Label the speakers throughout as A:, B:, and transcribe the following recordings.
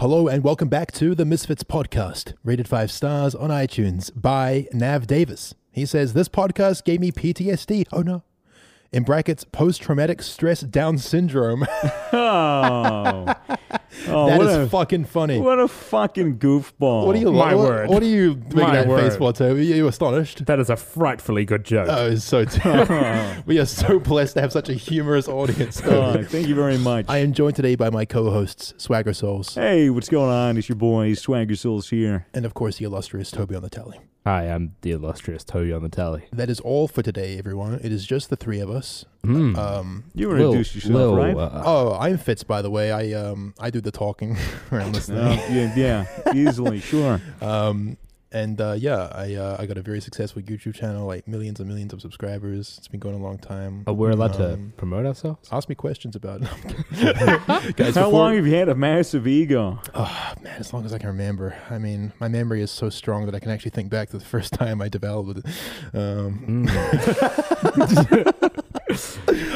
A: Hello and welcome back to the Misfits podcast, rated five stars on iTunes by Nav Davis. He says, This podcast gave me PTSD. Oh no. In brackets, post traumatic stress Down syndrome.
B: Oh, oh
A: that
B: what,
A: is
B: a,
A: fucking funny.
B: what a fucking goofball.
A: What are you?
C: My
A: what,
C: word.
A: What are you making
C: My
A: that face
C: word.
A: for, Toby? Are you astonished?
C: That is a frightfully good joke.
A: Oh, it's so we are so blessed to have such a humorous audience. Toby.
B: Oh, thank you very much.
A: I am joined today by my co-hosts Swagger Souls
B: hey, what's going on? It's your boy Swagger Souls here.
A: and of course the illustrious Toby on the telly.
D: Hi, I'm the illustrious Toby on the telly.
A: That is all for today, everyone. It is just the three of us. Um,
B: You
D: Lil-
B: introduced yourself,
D: Lil,
B: right?
D: Hmm. uh,
A: oh, I'm Fitz, by the way. I um I do the talking around this thing.
B: Uh, yeah, yeah, easily, sure.
A: Um, and uh, yeah, I uh, I got a very successful YouTube channel, like millions and millions of subscribers. It's been going a long time.
D: uh, we're allowed
A: um,
D: to promote ourselves.
A: Ask me questions about it. Guys,
B: How
A: before-
B: long have you had a massive ego?
A: Oh, man, as long as I can remember. I mean, my memory is so strong that I can actually think back to the first time I developed it. Um,
D: Hmm.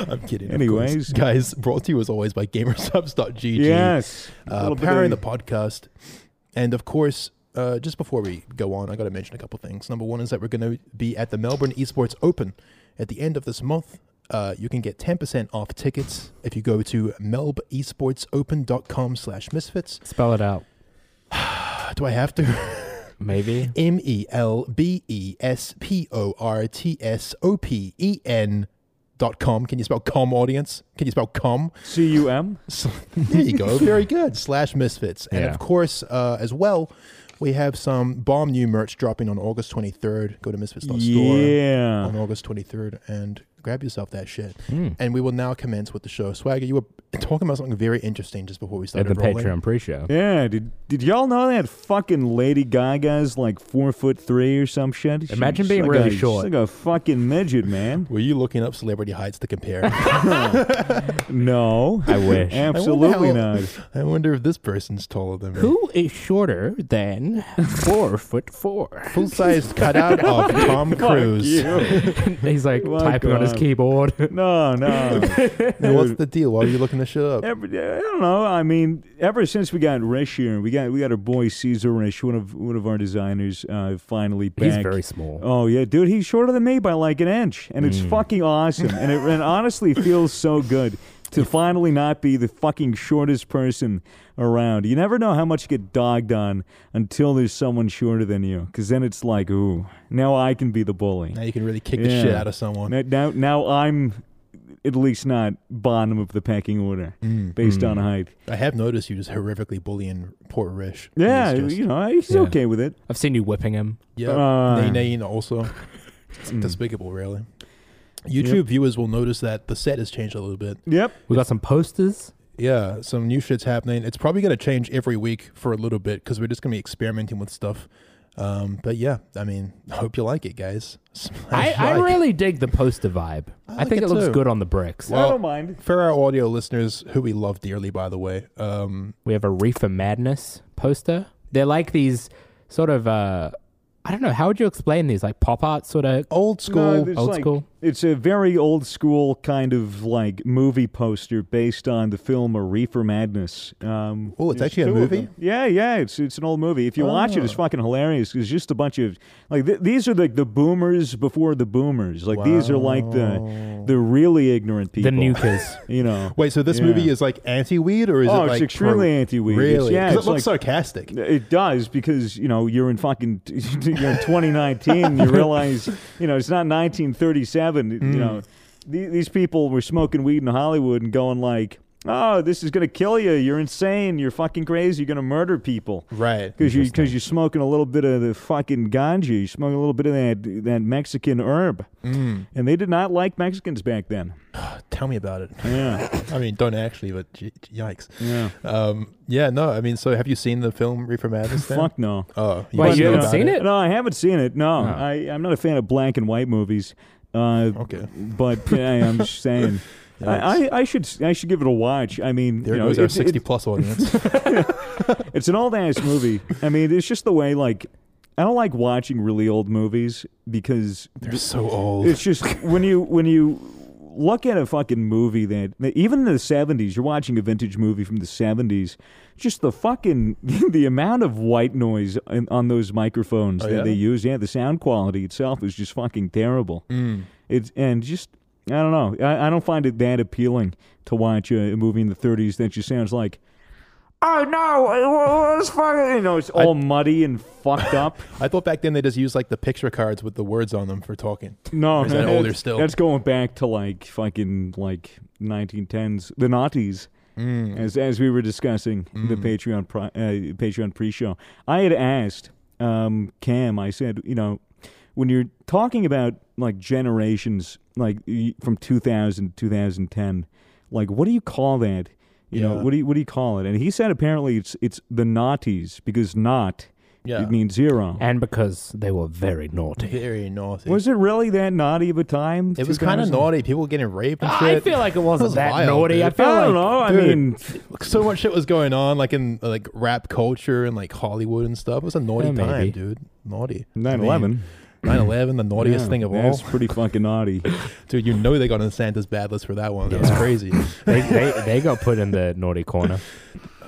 A: I'm kidding. of
B: Anyways.
A: course. guys, brought to you as always by Gamersubs.gg.
B: Yes. A
A: uh,
B: little bit
A: powering the
B: of-
A: podcast. And of course, uh, just before we go on, I got to mention a couple things. Number one is that we're going to be at the Melbourne Esports Open at the end of this month. Uh, you can get 10% off tickets if you go to melbesportsopen.com slash misfits.
D: Spell it out.
A: Do I have to?
D: Maybe.
A: M E L B E S P O R T S O P E N dot com. Can you spell com, audience? Can you spell com?
B: C-U-M?
A: So, there you go. Very good. Slash Misfits. And
D: Yeah.
A: of course, uh, as well, we have some bomb new merch dropping on August 23rd. Go to misfits.store
B: Yeah.
A: on August 23rd and grab yourself that shit.
D: Mm.
A: And we will now commence with the show. Swagger, you were talking about something very interesting just before we
D: At
A: started
D: the
A: rolling.
D: Patreon pre-show.
B: Yeah, did, did y'all know that fucking Lady Gaga's like four foot three or some shit? She-
D: Imagine
B: she's
D: being
B: like
D: really
B: a- she's
D: short.
B: like a fucking midget, man.
A: Were you looking up celebrity heights to compare?
B: No,
D: I wish.
B: absolutely not.
A: I wonder if this person's taller than me.
D: Who is shorter than four foot four?
A: Full-sized cutout of Tom Cruise.
D: He's like
B: My
D: typing on his
B: God.
D: keyboard.
B: No, no.
A: Now, what's the deal? Why are you looking this shit up?
B: Every, I don't know. I mean, ever since we got Rish here, we got we got our boy Caesar Rish, one of one of our designers, uh, finally back.
D: He's very small.
B: Oh yeah, dude, he's shorter than me by like an inch, and
D: Mm.
B: it's fucking awesome. and it and honestly feels so good to finally not be the fucking shortest person around. You never know how much you get dogged on until there's someone shorter than you, because then it's like, ooh, now I can be the bully.
A: Now you can really kick the
B: Yeah.
A: shit out of someone.
B: Now, now, now I'm at least not bottom of the pecking order
A: Hmm.
B: based on height.
A: I have noticed you just horrifically bullying poor Rish.
B: Yeah,
A: He's just-
B: you know, he's
D: Yeah.
B: okay with it.
D: I've seen you whipping him.
A: yeah.
B: uh,
A: Nay, nay, also. It's
B: Mm.
A: despicable, really. YouTube viewers will notice that the set has changed a little bit.
B: Yep.
D: We got some posters.
A: Yeah, some new shit's happening. It's probably going to change every week for a little bit because we're just going to be experimenting with stuff. Um, but yeah, I mean, hope you like it, guys.
D: I,
A: Smash
D: I
A: like.
D: really dig the poster vibe.
A: I
D: I,
A: like
D: think
A: it
D: it looks
A: too.
D: good on the bricks.
B: I
A: Well-
B: don't mind.
A: For our audio listeners, who we love dearly, by the way, um,
D: We have a Reefer Madness poster. They're like these sort of uh I don't know, how would you explain these? Like pop art sort of
A: old
B: No,
A: school.
B: it's
D: old
B: like-
D: school.
B: It's a very old school kind of like movie poster based on the film A Reefer Madness. Um,
A: Oh, it's
B: there's
A: actually a
B: two of
A: movie? Oh.
B: them. Yeah, yeah, it's it's an old movie. If you watch it, it's fucking hilarious. It's just a bunch of like th- these are like the boomers before the boomers. Like these are like the the really ignorant people.
D: The nukers.
B: you know.
A: Wait, so this
B: Yeah.
A: movie is like anti-weed, or is
B: Oh,
A: it
B: it's
A: like
B: extremely anti-weed. It's-
A: Really?
B: yeah,
A: 'Cause
B: it's
A: it looks
B: like-
A: sarcastic.
B: It does because you know you're in fucking you're in 2019. you realize you know it's not 1937. You know the- these people were smoking weed in Hollywood and going like, "Oh, this is gonna kill you. You're insane. You're fucking crazy. You're gonna murder people."
A: Right.
B: Because you because you're smoking a little bit of the fucking ganja, you're smoking a little bit of that that Mexican herb, and they did not like Mexicans back then.
A: Tell me about it.
B: Yeah,
A: I mean, don't actually, but j- j- yikes.
B: yeah.
A: Um, yeah, no, I mean, so have you seen the film Reefer Madness? Then?
B: Fuck no.
A: Oh,
D: Wait,
A: must
D: you
A: know
D: haven't
A: about
D: seen it?
B: No, I haven't seen it. No,
D: No.
B: I, I'm not a fan of black and white movies. Uh,
A: Okay.
B: but yeah, I'm just saying. I, I, I should I should give it a watch. I mean,
A: There
B: you know,
A: goes our
B: it's, it's-
A: sixty plus audience.
B: it's an old ass movie. I mean, it's just the way like I don't like watching really old movies because
A: They're so old.
B: it's just when you when you look at a fucking movie that, that even in the 70s, you're watching a vintage movie from the 70s, just the fucking the amount of white noise in, on those microphones
A: Oh,
B: that
A: yeah?
B: they use. Yeah, the sound quality itself is just fucking terrible.
A: Mm.
B: It's and just I don't know. I, I don't find it that appealing to watch a, a movie in the 30s that just sounds like Oh no! it wa- was fucking-" You know, it's all muddy and fucked up.
A: I thought back then they just used like the picture cards with the words on them for talking.
B: No,
A: Or is
B: no,
A: that
B: that's-
A: older still?
B: That's going back to like fucking like 1910s, the noughties.
A: Mm.
B: As as we were discussing the Patreon pri- uh, Patreon pre-show, I had asked um, Cam. I said, you know, when you're talking about like generations, like y- from 2000 to 2010, like what do you call that? You know,
A: Yeah.
B: what do you what do you call it? And he said apparently it's it's the noughties because not
A: Yeah.
B: it means zero.
D: and because they were very naughty.
A: Very naughty.
B: Was it really that naughty of a time?
A: it was kind of
B: 2000?
A: naughty. People were getting raped and shit.
D: Ah, I feel like it wasn't
A: was
D: that
A: wild,
D: naughty. I
A: dude.
D: feel
B: I
D: like
B: don't know. I
A: dude.
B: mean,
A: so much shit was going on, like in like rap culture and like Hollywood and stuff. It was a naughty
D: Yeah, maybe.
A: time, dude. Naughty.
B: 9/11.
A: 9 11, the naughtiest
B: yeah,
A: thing of all.
B: That's pretty fucking naughty.
A: Dude, you know they got on Santa's bad list for that one. That was crazy.
D: they, they, they got put in the naughty corner.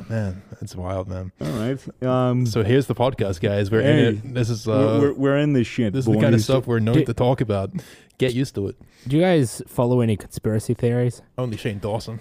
A: man, that's wild, man.
B: All right. Um,
A: So here's the podcast, guys. We're
B: Hey,
A: in it. This is uh,
B: we're, we're, we're in this shit.
A: this is the kind of
B: boys.
A: stuff we're known
D: Did-
A: to talk about. Get used to it.
D: Do you guys follow any conspiracy theories?
A: Only Shane Dawson.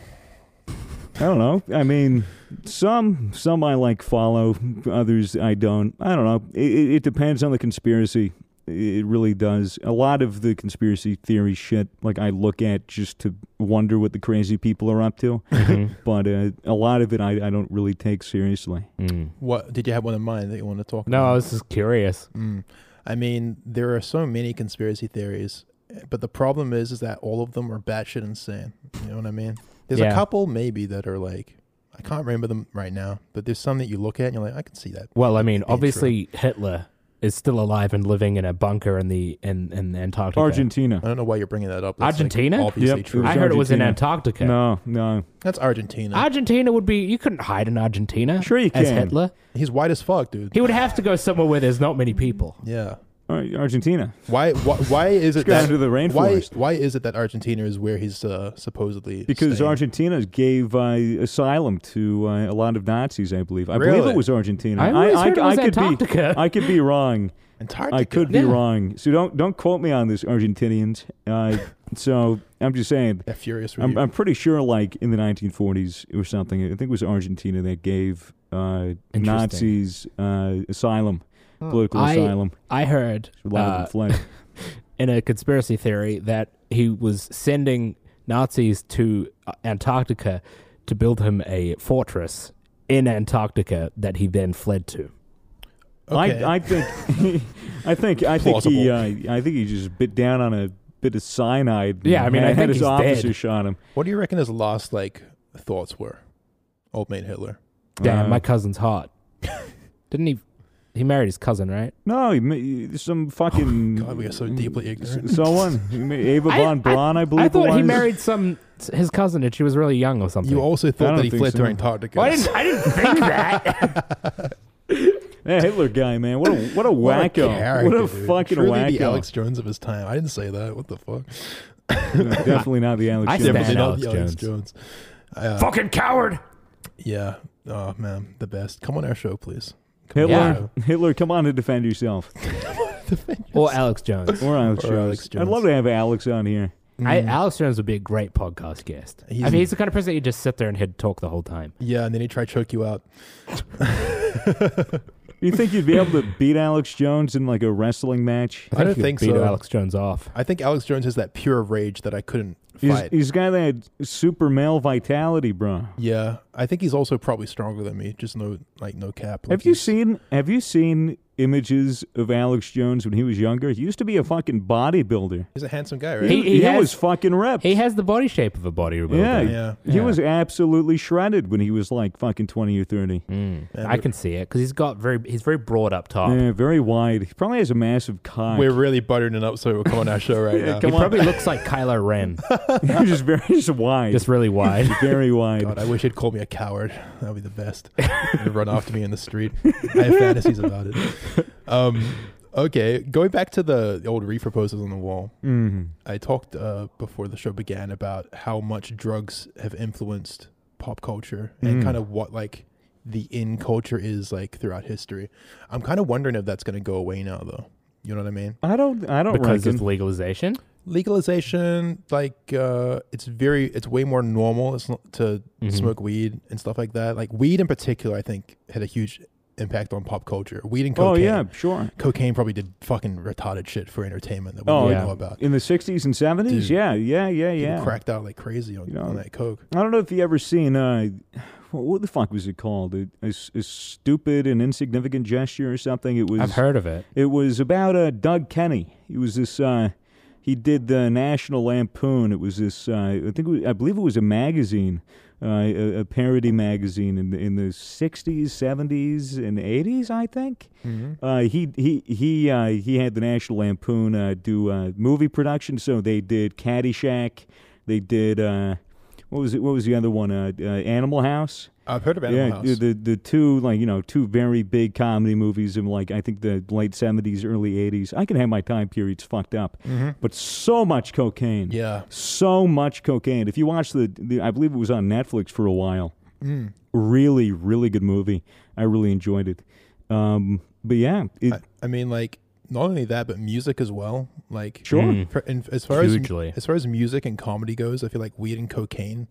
B: I don't know. I mean, some some I like follow, others I don't. I don't know. It, it, it depends on the conspiracy. It really does. A lot of the conspiracy theory shit, like I look at just to wonder what the crazy people are up to.
D: Mm-hmm.
B: But uh, a lot of it, I, I don't really take seriously.
D: Mm.
A: What did you have one in mind that you want to talk?
D: No,
A: about?
D: I was just curious.
A: Mm. I mean, there are so many conspiracy theories, but the problem is, is that all of them are batshit insane. You know what I mean? There's
D: Yeah.
A: a couple maybe that are like, I can't remember them right now, but there's some that you look at and you're like, I can see that.
D: Well, I mean,
A: true.
D: obviously Hitler is still alive and living in a bunker in the in, in Antarctica.
B: Argentina.
A: I don't know why you're bringing that up. That's, like,
D: Argentina?
A: obviously
B: Yep.
A: true.
D: I heard it was in
B: Argentina.
D: Antarctica.
B: No, no.
A: That's Argentina.
D: Argentina would be you couldn't hide in Argentina.
B: Sure you
D: As
B: can.
D: Hitler,
A: He's white as fuck, dude.
D: he would have to go somewhere where there's not many people.
A: yeah.
B: All right, Argentina.
A: Why? Why, why is it
B: go
A: that
B: into the
A: Why,
B: rainforest.
A: why is it that Argentina is where he's uh, supposedly?
B: Because
A: staying?
B: Argentina gave uh, asylum to uh, a lot of Nazis, I believe. I believe
A: Really?
B: it was Argentina.
D: I always heard it was
B: could
D: Antarctica.
B: be, I could be wrong.
A: Antarctica.
B: I could be
D: Yeah.
B: wrong. So don't don't quote me on this, Argentinians. Uh, so I'm just saying.
A: That furious
B: I'm,
A: review.
B: I'm pretty sure, like in the 1940s or something. I think it was Argentina that gave uh,
D: Interesting.
B: Nazis uh, asylum, political
D: I-
B: asylum.
D: I heard
B: A lot of
D: uh,
B: them fled.
D: in a conspiracy theory that he was sending Nazis to uh, Antarctica to build him a fortress in Antarctica that he then fled to.
B: Uh-huh.
A: okay.
B: I, I think, I think, I think he,
A: Plausible.
B: uh, I think he just bit down on a bit of cyanide.
D: Yeah, I mean, I
B: had
D: think
B: his
D: he's
B: officer
D: dead.
B: shot him.
A: what do you reckon his last like thoughts were? Old mate Hitler.
D: Damn,
B: Uh,
D: my cousin's hot. Didn't he? He married his cousin, right?
B: No, he, ma- he- some fucking.
A: Oh, God, we are so deeply ignorant.
B: Someone, He ma- Ava
D: I-
B: von Braun, I, believe.
D: I
B: it
D: thought he
B: was.
D: married some his cousin, and she was really young or something.
A: You also
B: I
A: thought
B: don't
A: that he
B: think
A: fled
B: so.
A: to Antarctica.
D: Well, I didn't. I didn't think that.
B: That Hitler guy, man. What a what a
A: What a
B: wacko. What a,
A: character, dude.
B: fucking
A: Truly
B: wacko.
A: the Alex Jones of his time. I didn't say that. What the fuck?
B: No, definitely not the Alex.
D: I
B: Jones.
D: stand-
A: Definitely not
D: Alex
A: the Alex Jones. Uh,
D: Fucking coward.
A: yeah. Oh man, the best. Come on our show, please. Come on our
B: Hitler,
A: show.
B: Hitler, come on and defend yourself.
D: Or Alex Jones.
B: Or Alex,
A: Or
B: Jones.
A: Alex Jones.
B: I'd love to have Alex on here.
D: I, Alex Jones would be a great podcast guest.
A: He's-
D: I mean, Mm. he's the kind of person that you just sit there and he'd talk the whole time.
A: Yeah, and then he tried to choke you out.
B: You think you'd be able to beat Alex Jones in like a wrestling match?
A: I don't
D: he could
A: think
D: beat
A: so.
D: Alex Jones off.
A: I think Alex Jones has that pure rage that I couldn't
B: He's,
A: fight.
B: he's got that super male vitality, bro.
A: yeah, I think he's also probably stronger than me. Just no, like no cap. Like
B: Have you
A: he's-
B: seen Have you seen images of Alex Jones when he was younger? He used to be a fucking bodybuilder.
A: He's a handsome guy, right?
D: He- has-
B: was fucking ripped.
D: He has the body shape of a bodybuilder.
B: yeah,
A: Yeah.
B: he
D: Yeah.
B: was absolutely shredded when he was like fucking twenty or thirty.
D: Mm.
A: And
D: I can see it because he's got very he's very broad up top.
B: Yeah, very wide. He probably has a massive cock.
A: we're really buttering it up, so we're coming on our show right now.
D: He
B: come on.
D: probably looks like Kylo Ren,
B: just very just wide,
D: just really wide.
B: very wide.
A: God, I wish he'd call me a coward. That'd be the best. He'd run after me in the street. I have fantasies about it. Um, Okay, going back to the old reefer posters on the wall,
B: Mm.
A: I talked uh, before the show began about how much drugs have influenced pop culture and
B: Mm.
A: kind of what like the in culture is like throughout history. I'm kind of wondering if that's going to go away now, though. You know what I mean?
B: I don't. I don't
D: because
B: reckon.
D: it's legalization.
A: Legalization, like, uh, it's very, it's way more normal it's not to
D: Mhm.
B: Mm-hmm.
A: smoke weed and stuff like that. Like weed in particular, I think had a huge impact on pop culture. Weed and cocaine.
B: oh yeah, sure.
A: Cocaine probably did fucking retarded shit for entertainment that we
B: Oh,
A: don't
D: yeah.
A: know about.
B: In the '60s and '70s,
A: Dude.
B: yeah, yeah, yeah,
A: People
B: yeah.
A: cracked out like crazy on,
B: You know,
A: on that coke.
B: I don't know if you ever seen uh, what, what the fuck was it called? A, a s- a stupid and insignificant gesture or something. It was.
D: I've heard of it.
B: It was about uh, Doug Kenny. He was this. Uh, he did the National Lampoon. It was this. Uh, I think. It was, I believe it was a magazine, uh, a, a parody magazine in the, in the '60s, '70s, and '80s. I think.
D: Mm-hmm.
B: Uh, he he he uh, he had the National Lampoon uh, do uh, movie production. So they did Caddyshack. They did. Uh, what was it? What was the other one? Uh, uh, Animal House
A: I've heard of Animal
B: yeah,
A: House.
B: the- the the two like you know two very big comedy movies in like I think the late seventies, early eighties. I can have my time periods fucked up,
A: Mm-hmm.
B: but so much cocaine,
A: Yeah.
B: so much cocaine. If you watch the, the I believe it was on Netflix for a while.
A: Mm.
B: Really, really good movie. I really enjoyed it. Um, but yeah, it,
A: I, I mean, like, not only that, but music as well. Like,
B: Sure. Mm.
A: For, and as far
D: Hugely.
A: as as far as music and comedy goes, I feel like weed and cocaine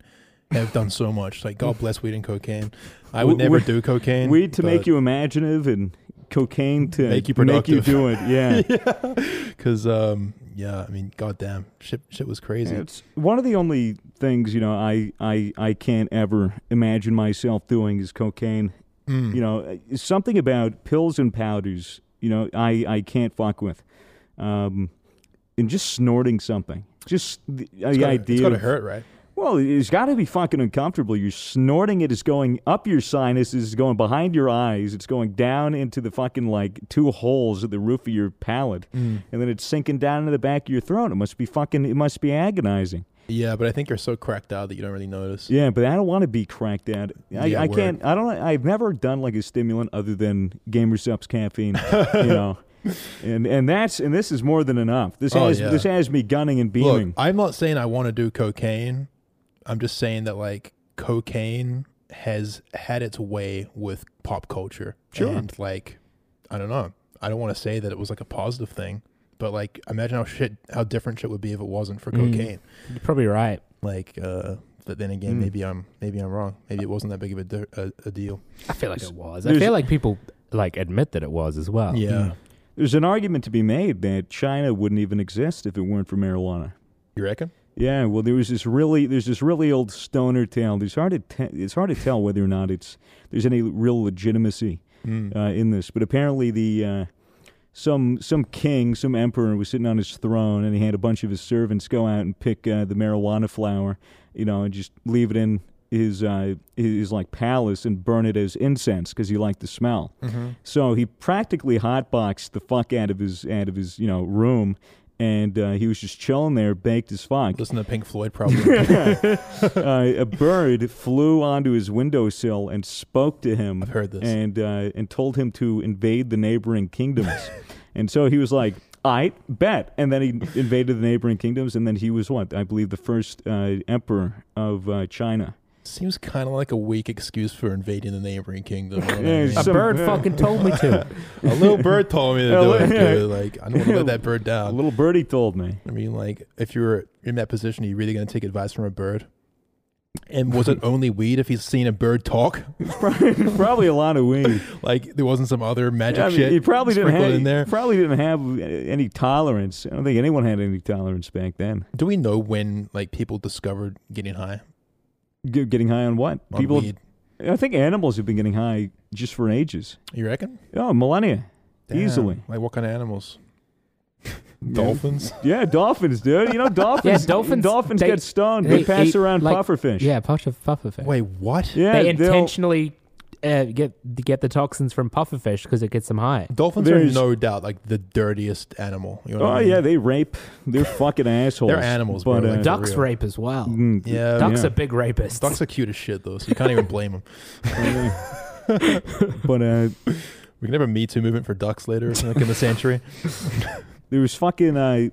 A: have done so much. Like, God bless weed and cocaine. I would
B: W-
A: never
B: weed-
A: do cocaine.
B: weed to make
A: but-
B: you imaginative and cocaine to
A: Make you productive.
B: do it. Yeah.
A: Cause, um, yeah. I mean, goddamn, shit, shit was crazy.
B: It's one of the only things you know I I I can't ever imagine myself doing is cocaine.
A: Mm.
B: You know, uh, something about pills and powders. You know, I I can't fuck with, um, and just snorting something. Just the, uh,
A: It's
B: the
A: gotta-
B: idea.
A: It's gonna
B: of-
A: hurt, right?
B: Well, it's got to be fucking uncomfortable. You're snorting it. It's going up your sinuses. It's going behind your eyes. It's going down into the fucking like two holes at the roof of your palate,
A: Mm.
B: and then it's sinking down into the back of your throat. It must be fucking. It must be agonizing.
A: Yeah, but I think you're so cracked out that you don't really notice.
B: Yeah, but I don't want to be cracked out. I,
A: Yeah,
B: I
A: word.
B: can't. I don't. I've never done like a stimulant other than Gamersup's caffeine. you know, and and that's and this is more than enough. This
A: Oh,
B: has
A: yeah.
B: this has me gunning and
A: Look,
B: beaming.
A: I'm not saying I want to do cocaine. I'm just saying that like cocaine has had its way with pop culture.
B: Sure.
A: And like I don't know. I don't want to say that it was like a positive thing, but like imagine how shit how different shit would be if it wasn't for
D: Mm.
A: cocaine.
D: You're probably right.
A: Like uh but then again,
B: Mm.
A: maybe I'm maybe I'm wrong. Maybe it wasn't that big of a, di- a, a deal.
D: I feel like it was. I
B: There's-
D: feel like people like admit that it was as well.
A: yeah,
B: There's an argument to be made that China wouldn't even exist if it weren't for marijuana.
A: you reckon?
B: Yeah, well, there was this really, there's this really old stoner tale. It's hard to, te- it's hard to tell whether or not it's there's any real legitimacy uh, in this. But apparently, the uh, some some king, some emperor was sitting on his throne, and he had a bunch of his servants go out and pick uh, the marijuana flower, you know, and just leave it in his uh, his like palace and burn it as incense because he liked the smell. So he practically hotboxed the fuck out of his out of his you know room. And uh, he was just chilling there, baked as fuck
A: Listen to Pink Floyd probably.
B: uh, a bird flew onto his windowsill and spoke to him. I've
A: heard this.
B: And, uh, and told him to invade the neighboring kingdoms. and so he was like, I bet. And then he invaded the neighboring kingdoms. And then he was what? I believe the first uh, emperor of uh, China.
A: Seems kind of like a weak excuse for invading the neighboring kingdom. you know what I
B: Yeah,
A: mean?
D: A
B: Some-
D: bird
B: yeah.
D: fucking told me to.
A: A little bird told me to do it,
B: Yeah.
A: dude. Like, I don't want to let that bird
B: A
A: down.
B: little birdie told me.
A: I mean, like, if you were in that position, are you really going to take advice from a bird? And was it only weed if he's seen a bird talk?
B: Probably a lot of weed.
A: Like, there wasn't some other magic
B: I mean,
A: shit
B: he probably didn't
A: sprinkled
B: have
A: in there?
B: he probably didn't have any tolerance. I don't think anyone had any tolerance back then.
A: Do we know when, like, people discovered getting high
B: G- getting high on what?
A: on
B: People,
A: weed?
B: I think animals have been getting high just for ages.
A: You reckon?
B: Oh, millennia.
A: Damn.
B: Easily.
A: Like, what kind of animals? Dolphins?
B: Yeah, dolphins, dude. You know, dolphins.
D: dolphins-
B: Dolphins
D: they-
B: get stoned. They,
D: they
B: pass
D: eat,
B: around
D: like-
B: pufferfish.
D: Yeah, puffer pufferfish.
A: Wait, what?
B: yeah.
D: they
B: they'll-
D: intentionally uh, get get the toxins from pufferfish because it gets them high.
A: Dolphins
B: There's-
A: are no doubt, like, the dirtiest animal. You know what
B: Oh
A: I mean?
B: yeah, they rape. They're fucking assholes.
A: They're animals, bro.
B: but
A: Like,
B: uh,
A: duck-
D: Ducks
A: real.
D: rape as well.
B: mm,
A: Yeah.
D: Ducks
B: yeah.
D: are big rapists.
A: Ducks are cute as shit, though, so you can't even blame them.
B: but uh,
A: We can have a Me Too movement for ducks later, like in the sanctuary.
B: There was fucking uh,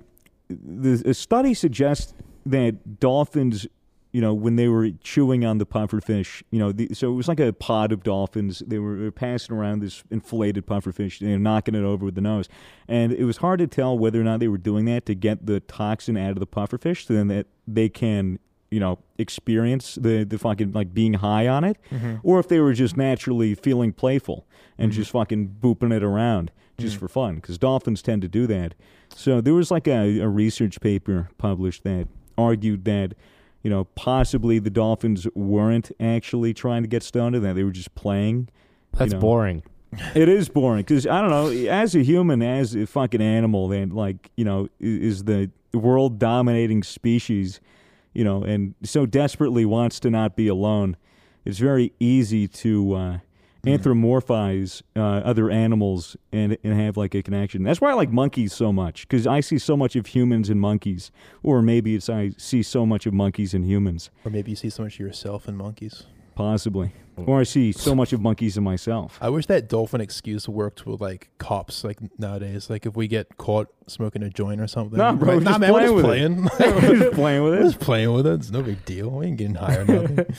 B: the a study suggests that dolphins, you know, when they were chewing on the pufferfish, you know, the, so it was like a pod of dolphins. They were, passing around this inflated pufferfish, and they were knocking it over with the nose, and it was hard to tell whether or not they were doing that to get the toxin out of the pufferfish, so then that they can. You know, experience the the fucking like being high on it, or if they were just naturally feeling playful and just fucking booping it around just for fun because dolphins tend to do that. So there was like a, a research paper published that argued that, you know, possibly the dolphins weren't actually trying to get stoned and that they were just playing.
D: That's
B: know.
D: boring.
B: It is boring because I don't know, as a human, as a fucking animal, that like, you know, i- is the world dominating species, you know, and so desperately wants to not be alone. It's very easy to uh, anthropomorphize uh, other animals and, and have like a connection. That's why I like monkeys so much because I see so much of humans and monkeys, or maybe it's I see so much of monkeys and humans,
A: or maybe you see so much of yourself in monkeys.
B: possibly. Or I see so much of monkeys in myself.
A: I wish that dolphin excuse worked with like cops like nowadays. Like if we get caught smoking a joint or something.
B: Nah, bro,
A: Like,
B: we're just
A: man, we're
B: playing
A: just playing.
B: Just playing with
A: we're
B: it.
A: just playing with it. It's no big deal. We ain't getting higher or nothing.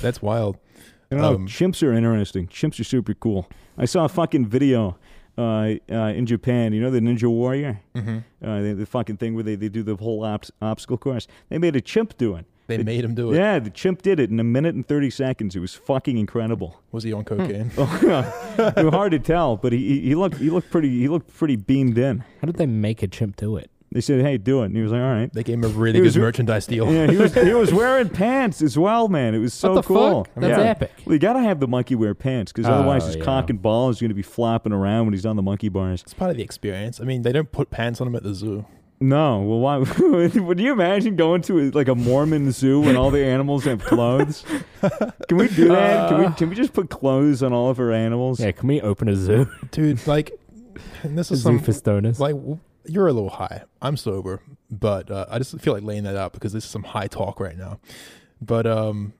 A: That's wild.
B: I don't know.
A: Um,
B: chimps are interesting. Chimps are super cool. I saw a fucking video uh, uh, in Japan. You know the Ninja Warrior? Mm-hmm. Uh, the, the fucking thing where they, they do the whole obs- obstacle course. They made a chimp do it.
A: They made him do it.
B: Yeah, the chimp did it in a minute and 30 seconds. It was fucking incredible.
A: Was he on
B: Hmm.
A: cocaine?
B: Oh. it was hard to tell, but he, he, he looked he looked pretty he looked pretty beamed in.
D: How did they make a chimp do it?
B: They said, "Hey, do it." And he was like, "All right."
A: They gave him a really
B: He
A: good
B: was-
A: merchandise deal.
B: Yeah, he was he was wearing pants as well, man. It was so
D: the
B: cool.
D: fuck? That's
B: yeah.
D: epic.
B: Well, you gotta have the monkey wear pants because
D: Oh,
B: otherwise his
D: yeah.
B: cock and ball is gonna be flopping around when he's on the monkey bars.
A: It's part of the experience. I mean, they don't put pants on him at the zoo.
B: No, well, why? would you imagine going to like a Mormon zoo when all the animals have clothes? can we do that? Can we can we just put clothes on all of our animals?
D: Uh. Yeah, can we open a zoo?
A: Dude, like, and this
D: a
A: is some,
D: zoo for stoners?
A: like, w- you're a little high. I'm sober, but uh, I just feel like laying that out because this is some high talk right now. But, um,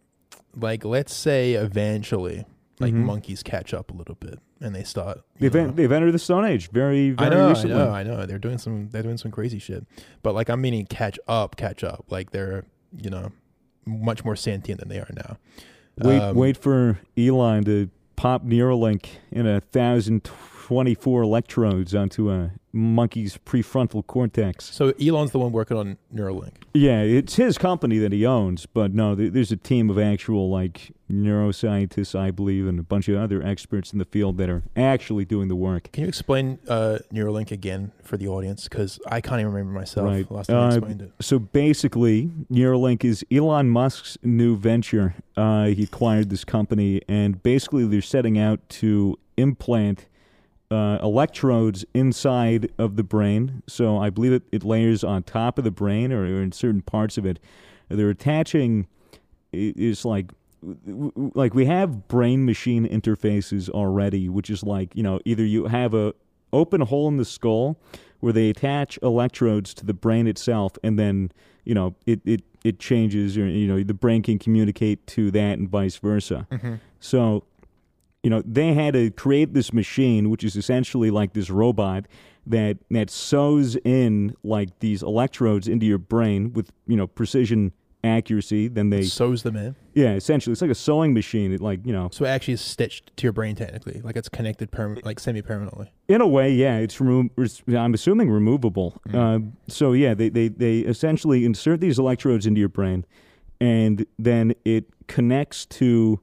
A: like, let's say eventually, like, monkeys catch up a little bit and they start. you
B: Mm-hmm. They've, en-
A: know.
B: they've entered the Stone Age very
A: I
B: very
A: know, I
B: recently.
A: know, I know. They're doing some, they're doing some crazy shit. But like, I'm meaning catch up, catch up. Like, they're, you know, much more sentient than they are now.
B: Wait
A: Um,
B: wait for Elon to pop Neuralink in a thousand twenty four electrodes onto a monkey's prefrontal cortex.
A: So Elon's the one working on Neuralink.
B: Yeah, it's his company that he owns, but no, th- there's a team of actual like neuroscientists, I believe, and a bunch of other experts in the field that are actually doing the work.
A: Can you explain uh, Neuralink again for the audience? Because I can't even remember myself
B: Right.
A: last time I
B: Uh,
A: explained it.
B: So basically, Neuralink is Elon Musk's new venture. Uh, he acquired this company, and basically, they're setting out to implant uh, electrodes inside of the brain. So I believe it, it layers on top of the brain or, or in certain parts of it. They're attaching i- is like w- w- like we have brain machine interfaces already which is like you know either you have a open hole in the skull where they attach electrodes to the brain itself and then you know it it it changes or you know the brain can communicate to that and vice versa so you know they had to create this machine which is essentially like this robot that that sews in like these electrodes into your brain with you know precision accuracy then they
A: Sews them in.
B: yeah essentially it's like a sewing machine it like you know
A: So it actually is stitched to your brain technically. Like it's connected perm- like semi permanently.
B: in a way yeah it's remo- it's- i'm assuming removable uh, so yeah they, they they essentially insert these electrodes into your brain and then it connects to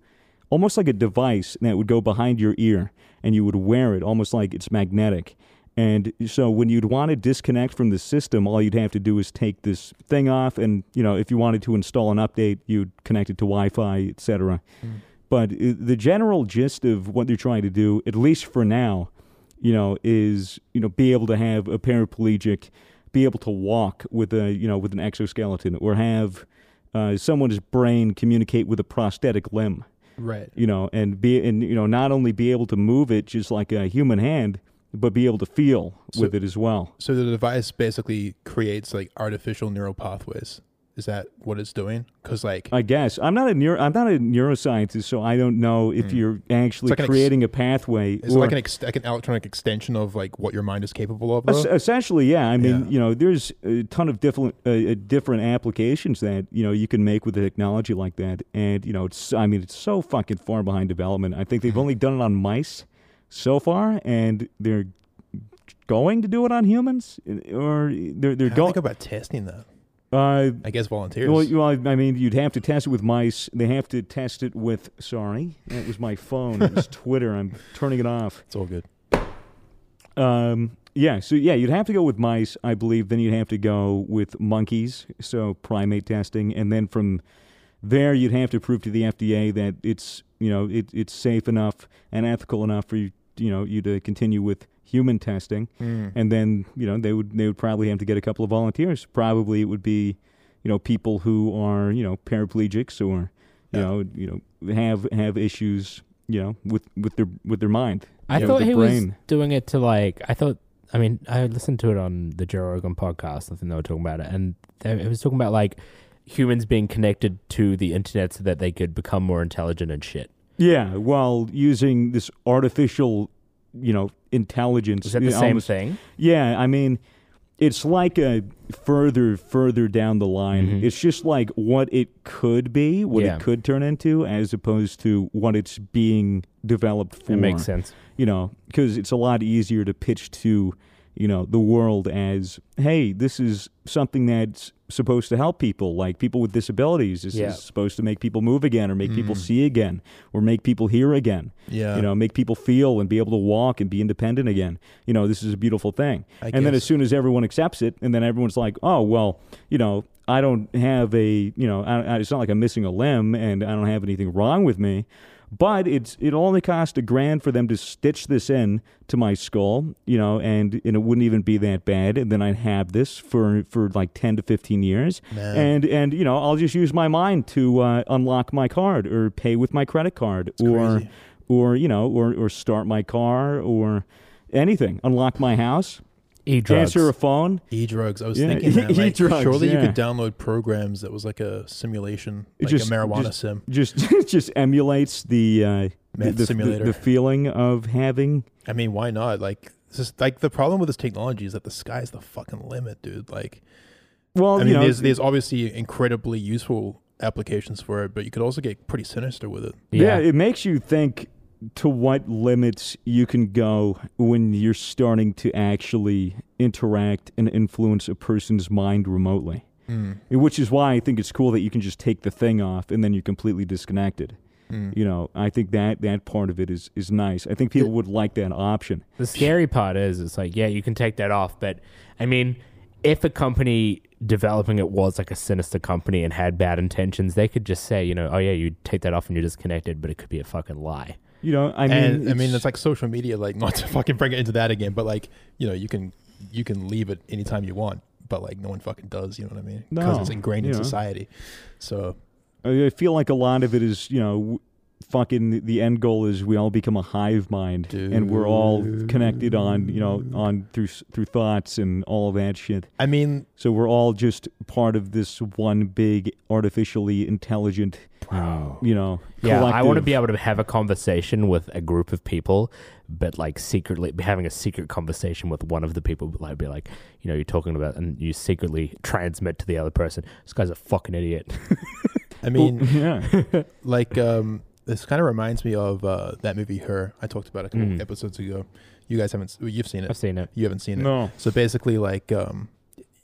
B: almost like a device that would go behind your ear and you would wear it almost like it's magnetic and so when you'd want to disconnect from the system all you'd have to do is take this thing off and you know if you wanted to install an update you'd connect it to wi-fi etc but i- the general gist of what they're trying to do at least for now you know is you know be able to have a paraplegic be able to walk with a you know with an exoskeleton or have uh, someone's brain communicate with a prosthetic limb
A: Right.
B: you know, and be and you know not only be able to move it just like a human hand, but be able to feel with it as well.
A: So the device basically creates like artificial neural pathways Is that what it's doing? Because like
B: I guess I'm not a neuro, I'm not a neuroscientist, so I don't know if you're actually
A: Hmm. It's like an ex-
B: creating a pathway.
A: it's like an ex- like an electronic extension of like what your mind is capable of.
B: Es-
A: though?
B: essentially, yeah. I mean,
A: Yeah.
B: you know, there's a ton of different uh, uh, different applications that you know you can make with a technology like that, and you know, it's I mean, it's so fucking far behind development. I think they've only done it on mice so far, and they're going to do it on humans, or they're they're
A: How do you
B: going.
A: think about testing that?
B: Uh,
A: I guess volunteers.
B: well, you- well, I mean, you'd have to test it with mice. They have to test it with. Sorry, that was my phone. It was Twitter. I'm turning it off.
A: it's all good.
B: Um, yeah, so yeah, you'd have to go with mice, I believe. Then you'd have to go with monkeys, so primate testing, and then from there you'd have to prove to the FDA that it's you know it, it's safe enough and ethical enough for you you know you to continue with human testing, and then you know they would they would probably have to get a couple of volunteers. Probably it would be you know people who are you know paraplegics or you
A: Yeah.
B: know you know have have issues you know with with their with their mind.
D: I
B: you know,
D: thought
B: with
D: he
B: their brain.
D: was doing it to like. I thought. I mean, I listened to it on the Joe Rogan podcast. I think they were talking about it, and they, it was talking about like humans being connected to the internet so that they could become more intelligent and shit.
B: Yeah, while using this artificial, you know, intelligence.
D: Is that the
B: you know,
D: same
B: almost-
D: thing?
B: Yeah, I mean, it's like a further, further down the line. It's just like what it could be, what
D: Mm-hmm. Yeah.
B: it could turn into, as opposed to what it's being developed for
D: It makes sense.
B: you know, because it's a lot easier to pitch to, you know, the world as, hey, this is something that's supposed to help people, like people with disabilities. This
D: Yeah.
B: is supposed to make people move again, or make people see again, or make people hear again.
A: Yeah.
B: you know, make people feel and be able to walk and be independent again. You know, this is a beautiful thing.
A: I
B: and then
A: guess.
B: as soon as everyone accepts it, and then everyone's like, oh well, you know. I don't have a, you know, I, I, it's not like I'm missing a limb and I don't have anything wrong with me but it's it only cost a grand for them to stitch this in to my skull, you know, and, and it wouldn't even be that bad. And then I'd have this for for like ten to fifteen years,
A: Man.
B: and and you know I'll just use my mind to uh, unlock my card or pay with my credit card or
A: crazy.
B: or you know or or start my car or anything, unlock my house,
D: E drugs.
B: answer a phone.
A: E drugs. I was
B: Yeah,
A: thinking that.
B: e-
A: Like,
B: e-drugs,
A: surely you
B: yeah.
A: could download programs that was like a simulation,
B: It
A: like
B: just-
A: a marijuana
B: just-
A: sim.
B: Just just emulates the. Uh, the,
A: Meth
B: the,
A: simulator.
B: the feeling of having
A: I mean, why not? Like, this is like the problem with this technology is that the sky's the fucking limit, dude. Like,
B: well,
A: I mean,
B: you know,
A: there's, there's obviously incredibly useful applications for it, but you could also get pretty sinister with it.
B: Yeah.
D: Yeah.
B: it makes you think to what limits you can go when you're starting to actually interact and influence a person's mind remotely.
A: Mm.
B: Which is why I think it's cool that you can just take the thing off and then you're completely disconnected.
A: Mm.
B: You know, I think that that part of it is is nice. I think people would like that option.
D: The scary part is, it's like, yeah, you can take that off, but I mean, if a company developing it was like a sinister company and had bad intentions, they could just say, you know, oh yeah, you take that off and you're disconnected, but it could be a fucking lie.
B: You know, I mean,
A: and I mean, it's like social media, like not to fucking bring it into that again, but like, you know, you can you can leave it anytime you want, but like no one fucking does, you know what I mean? Because
B: No,
A: it's ingrained in
B: yeah.
A: society. So
B: I I feel like a lot of it is, you know, w- fucking the end goal is we all become a hive mind and we're all connected on, you know, on through s- through thoughts and all of that shit.
A: I mean,
B: So we're all just part of this one big artificially intelligent, you know,
D: Yeah, I want to
B: collective.
D: be able to have a conversation with a group of people, but like secretly be having a secret conversation with one of the people. but, Like, be like, you know, you're talking about, and you secretly transmit to the other person. This guy's a fucking idiot.
A: I mean,
B: yeah.
A: like um this kind of reminds me of uh that movie her i talked about it a couple episodes ago you guys haven't s- well, you've seen it
D: I've seen it.
A: you haven't seen it
B: Mm. No.
A: so basically like um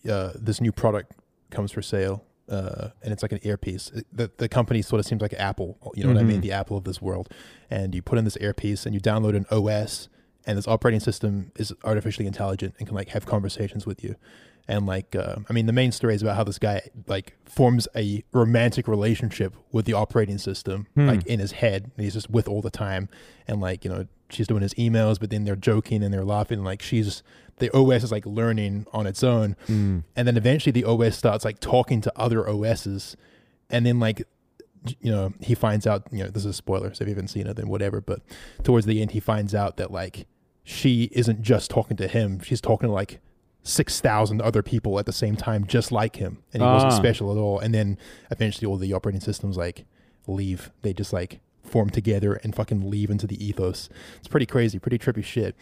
A: uh this new product comes for sale uh, and it's like an earpiece. It- The, the company sort of seems like Apple, you know what I mean? The Apple of this world. And you put in this earpiece and you download an OS, and this operating system is artificially intelligent and can like have conversations with you. And like, uh, I mean, the main story is about how this guy like forms a romantic relationship with the operating system, like in his head. And he's just with all the time. And like, you know, she's doing his emails, but then they're joking and they're laughing. Like, she's the OS is like learning on its own
D: Mm.
A: and then eventually the OS starts like talking to other OSs, and then like j- you know he finds out you know this is a spoiler so if you haven't seen it then whatever but towards the end he finds out that like she isn't just talking to him she's talking to like six thousand other people at the same time, just like him, and he wasn't
B: Ah.
A: special at all. And then eventually, all the operating systems like leave. They just like form together and fucking leave into the ethos. It's pretty crazy, pretty trippy shit.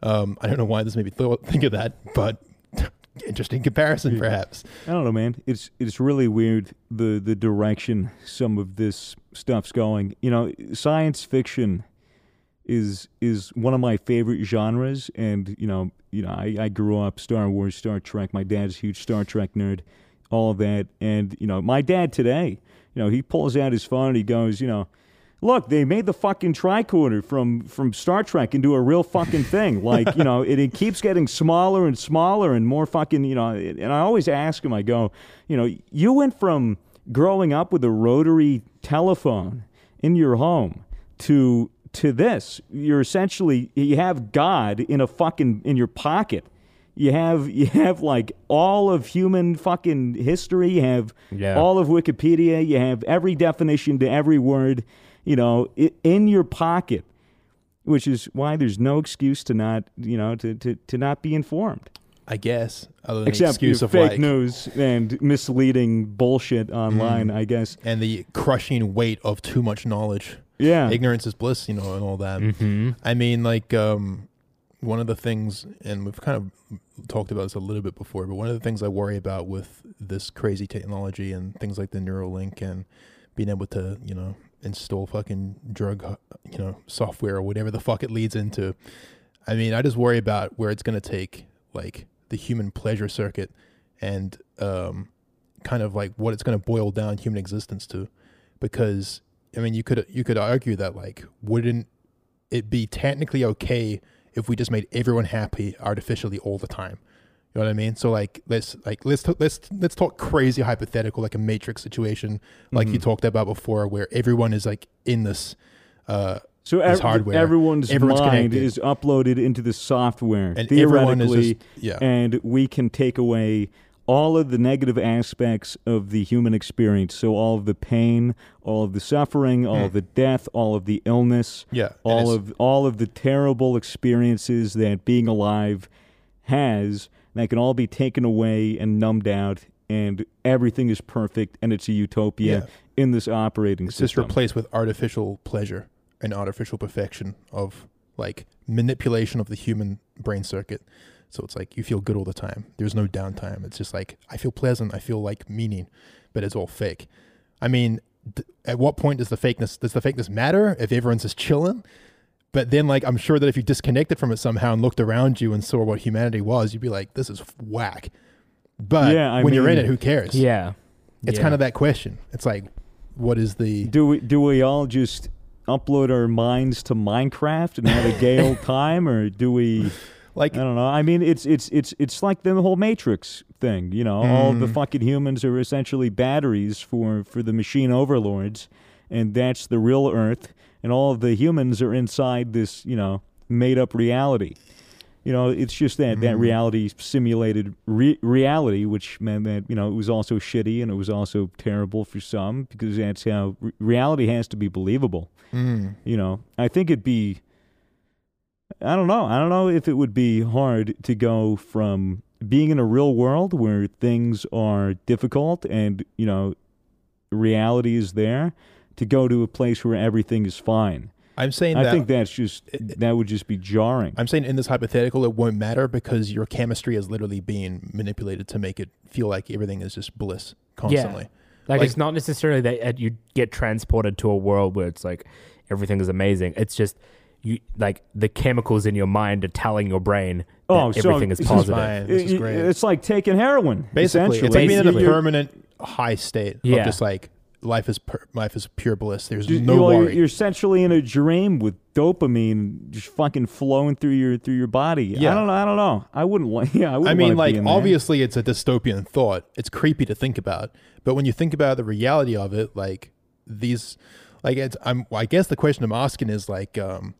A: Um, I don't know why this made me th- think of that, but interesting comparison, perhaps.
B: I don't know, man. It's it's really weird the the direction some of this stuff's going. You know, science fiction is is one of my favorite genres, and you know, you know, I, I grew up Star Wars, Star Trek. My dad's a huge Star Trek nerd, all of that, and you know, my dad today, you know, he pulls out his phone and he goes, you know. Look, they made the fucking tricorder from from Star Trek into a real fucking thing. Like, you know, it, it keeps getting smaller and smaller and more fucking, you know. And I always ask him, I go, you know, you went from growing up with a rotary telephone in your home to to this. You're essentially you have God in a fucking in your pocket. You have you have like all of human fucking history. You have
D: Yeah.
B: all all of Wikipedia. You have every definition to every word, you know, i- in your pocket, which is why there's no excuse to not, you know, to, to, to not be informed.
A: I guess, other than
B: Except
A: the excuse
B: your
A: of
B: fake
A: like Hmm.
B: news and misleading bullshit online, I guess.
A: and the crushing weight of too much knowledge.
B: Yeah.
A: ignorance is bliss, you know, and all that.
D: Mm-hmm.
A: I mean, like um, one of the things, and we've kind of talked about this a little bit before, but one of the things I worry about with this crazy technology and things like the Neuralink and being able to, you know, install fucking drug, uh, you know, software or whatever the fuck it leads into. I mean, I just worry about where it's going to take like the human pleasure circuit and um, kind of like what it's going to boil down human existence to, because I mean, you could you could argue that like wouldn't it be technically okay if we just made everyone happy artificially all the time? You know what I mean? So like let's like let's t- let's let's talk crazy hypothetical like a matrix situation like
B: Mm-hmm.
A: you talked about before where everyone is like in this uh
B: So
A: It's
B: ev-
A: hardware.
B: everyone's,
A: Everyone's
B: mind
A: connected.
B: is uploaded into the software
A: And everyone is
B: theoretically,
A: just- yeah.
B: and we can take away all of the negative aspects of the human experience. So all of the pain, all of the suffering, all of the death, all of the illness,
A: Hmm. Yeah, and
B: all
A: it's-
B: of all of the terrible experiences that being alive has. That can all be taken away and numbed out, and everything is perfect, and it's a utopia in this operating
A: it's just
B: system.
A: replaced with artificial pleasure and artificial perfection of like manipulation of the human brain circuit. So it's like you feel good all the time. There's no downtime. It's just like I feel pleasant. I feel like meaning, but it's all fake. I mean, th- at what point does the fakeness does the fakeness matter if everyone's just chilling? But then, like, I'm sure that if you disconnected from it somehow and looked around you and saw what humanity was, you'd be like, "This is whack." But
B: Yeah, I
A: when you're in
B: mean-
A: it, who cares?
D: Yeah.
A: it's kind of that question. It's like, what is the
B: Do we do we all just upload our minds to Minecraft and have a gay old time, or do we?
A: like?
B: I don't know. I mean, it's it's it's it's like the whole Matrix thing. You know, all the fucking humans are essentially batteries for for the machine overlords, and that's the real Earth, and all of the humans are inside this you know made up reality. You know, it's just that that reality simulated re- reality, which meant that you know it was also shitty and it was also terrible for some because that's how re- reality has to be believable. You know, I think it'd be. I don't know. I don't know if it would be hard to go from being in a real world where things are difficult and, you know, reality is there to go to a place where everything is fine.
A: I'm saying
B: I
A: that,
B: think that's just that would just be jarring.
A: I'm saying in this hypothetical it won't matter because your chemistry is literally being manipulated to make it feel like everything is just bliss constantly.
D: Like,
A: Like-
D: it's not necessarily that uh, you get transported to a world where it's like everything is amazing. It's just you like the chemicals in your mind are telling your brain that
B: Oh, so
D: everything is
B: this is
A: This is
D: positive.
A: fine. This is
B: It-
A: great.
B: It's like taking heroin.
A: basically, it's
B: essentially.
A: like being in a
D: Basically.
A: permanent high state
D: Yeah.
A: of just like life is pur- life is pure bliss. There's
B: You-
A: no
B: you're,
A: worry.
B: you're essentially in a dream with dopamine just fucking flowing through your through your body. I
A: Yeah.
B: don't know. I don't know. I wouldn't. wa- Yeah, I, wouldn't
A: I
B: wanna
A: mean,
B: be
A: like
B: in that.
A: obviously it's a dystopian thought. It's creepy to think about, but when you think about the reality of it, like these, like it's, I'm, I guess the question I'm asking is like, um,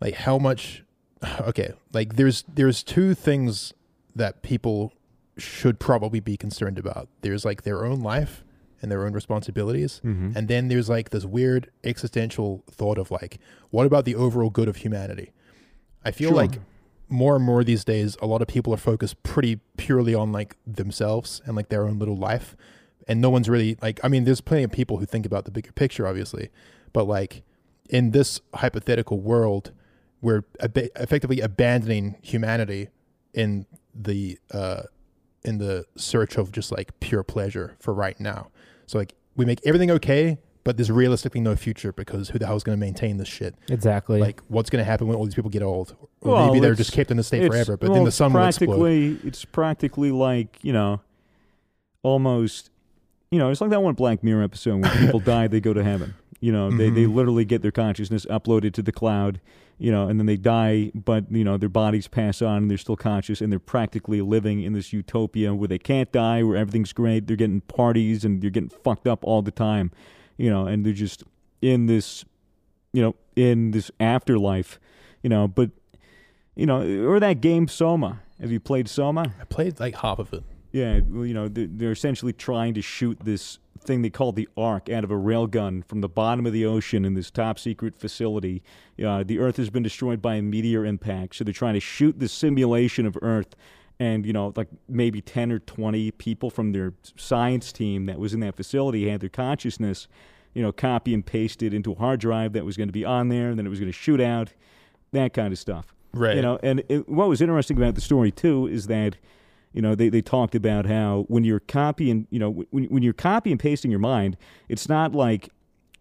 A: like how much? Okay, like there's there's two things that people should probably be concerned about. There's like their own life and their own responsibilities,
B: Mm-hmm.
A: and then there's like this weird existential thought of like, what about the overall good of humanity? I feel like more and more these days, a lot of people are focused pretty purely on like themselves and like their own little life, and no one's really like. I mean, there's plenty of people who think about the bigger picture, obviously, but like in this hypothetical world, we're ab- effectively abandoning humanity in the uh, in the search of just like pure pleasure for right now. So like we make everything okay, but there's realistically no future because who the hell is going to maintain this shit?
D: Exactly.
A: like what's going to happen when all these people get old or
B: Well,
A: maybe they're
B: it's-
A: just kept in the state
B: It's-
A: forever but
B: well,
A: then the
B: it's
A: sun will explode
B: practically, It's practically like you know, almost, you know, it's like that one Black Mirror episode where people die, they go to heaven. You know, they,
A: Mm-hmm.
B: they literally get their consciousness uploaded to the cloud, you know, and then they die, but, you know, their bodies pass on and they're still conscious and they're practically living in this utopia where they can't die, where everything's great. They're getting parties and they're getting fucked up all the time, you know, and they're just in this, you know, in this afterlife, you know, but you know, or that game Soma. Have you played Soma?
A: i played like half of it
B: Yeah, well, you know, they're, they're essentially trying to shoot this thing they call the Ark out of a railgun from the bottom of the ocean in this top secret facility. Uh, the Earth has been destroyed by a meteor impact, so they're trying to shoot the simulation of Earth. And, you know, like maybe 10 or 20 people from their science team that was in that facility had their consciousness, you know, copy and pasted into a hard drive that was going to be on there, and then it was going to shoot out, that kind of stuff.
A: Right.
B: You know, and it, what was interesting about the story too is that, you know, they, they talked about how when you're copying, you know, when, when you're copy and pasting your mind, it's not like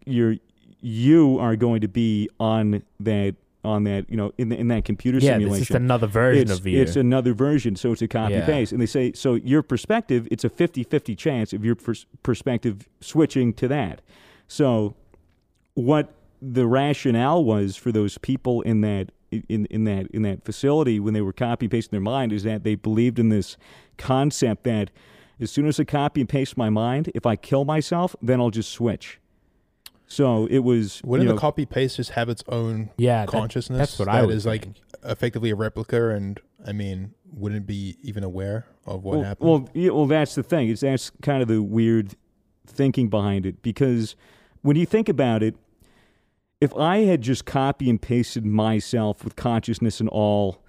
B: you're you are going to be on that on that you know in the, in that computer
D: yeah,
B: simulation.
D: it's just another version
B: it's,
D: of you.
B: it's another version, so it's a copy
D: Yeah.
B: paste. And they say, so your perspective, it's a 50 50 chance of your pers- perspective switching to that. So, what the rationale was for those people in that. In, in that in that facility when they were copy pasting their mind is that they believed in this concept that as soon as I copy and paste my mind if I kill myself then I'll just switch so it was
A: wouldn't
B: you
A: the
B: know,
A: copy paste just have its own
D: yeah, that-
A: consciousness
D: that's what I
A: that
D: would
A: is, like
D: think.
A: effectively a replica and i mean wouldn't be even aware of what
B: well,
A: happened
B: Well, yeah, well, that's the thing. It's that's kind of the weird thinking behind it because when you think about it, if I had just copy and pasted myself with consciousness and all,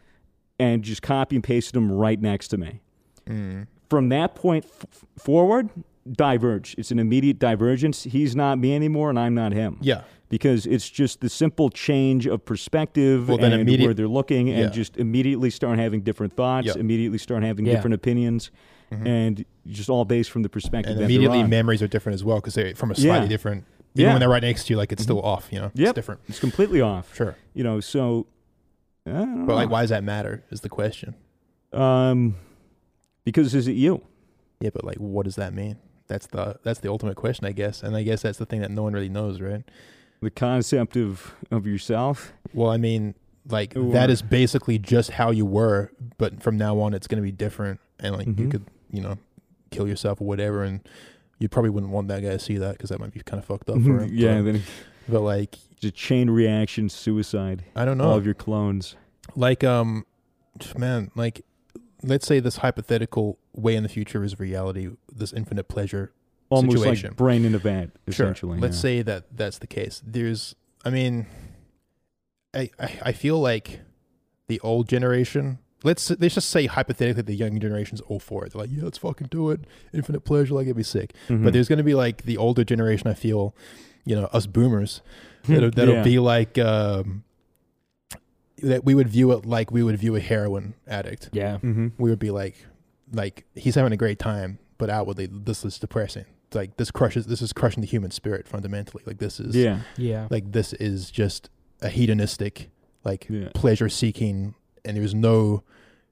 B: and just copy and pasted them right next to me,
A: Mm-hmm.
B: from that point f- forward, diverge. It's an immediate divergence. He's not me anymore, and I'm not him.
A: yeah
B: Because it's just the simple change of perspective
A: Well, then
B: and
A: immediate-
B: where they're looking, and
A: Yeah.
B: just immediately start having different thoughts,
A: Yeah. Mm-hmm.
B: immediately start having
D: Yeah.
B: different opinions, and just all based from the perspective.
A: and
B: that
A: immediately
B: they're on.
A: memories are different as well because they're from a slightly
B: Yeah.
A: different even
B: Yeah. Mm-hmm.
A: when they're right next to you like it's still off you know it's
B: Yep.
A: different
B: it's completely off.
A: sure
B: You know, so I don't
A: but like
B: know.
A: why does that matter is the question
B: um, because is it you?
A: yeah but like what does that mean that's the that's the ultimate question i guess and i guess that's the thing that no one really knows right
B: The concept of of yourself.
A: Well, I mean, like
B: Or-
A: that is basically just how you were, but from now on, it's going to be different, and like you
B: Mhm.
A: could, you know, kill yourself or whatever, and you probably wouldn't want that guy to see that because that might be kind of fucked up for him.
B: Mm-hmm. yeah,
A: but,
B: then
A: but, like
B: it's a chain reaction suicide.
A: I don't
B: All
A: know,
B: of your clones.
A: like um, man, like let's say this hypothetical way in the future is reality, this infinite pleasure
B: Almost
A: situation.
B: like brain in a vat, essentially.
A: Let's
B: yeah.
A: say that that's the case. There's, I mean, I, I I feel like the old generation. Let's let's just say hypothetically the young generation's all for it. They're like, yeah, let's fucking do it. Infinite pleasure, like it'd be sick.
B: Mm-hmm. Hmm.
A: But there's gonna be like the older generation. I feel, you know, us boomers that'll, that'll
B: Hmm. Yeah.
A: be like. um that we would view it like we would view a heroin addict
D: yeah.
B: Mm-hmm.
A: we would be like, like he's having a great time, but outwardly this is depressing. It's like this crushes, this is crushing the human spirit fundamentally. Like this is,
B: Yeah.
D: Yeah.
A: like this is just a hedonistic, like
B: Yeah.
A: pleasure seeking, and there's no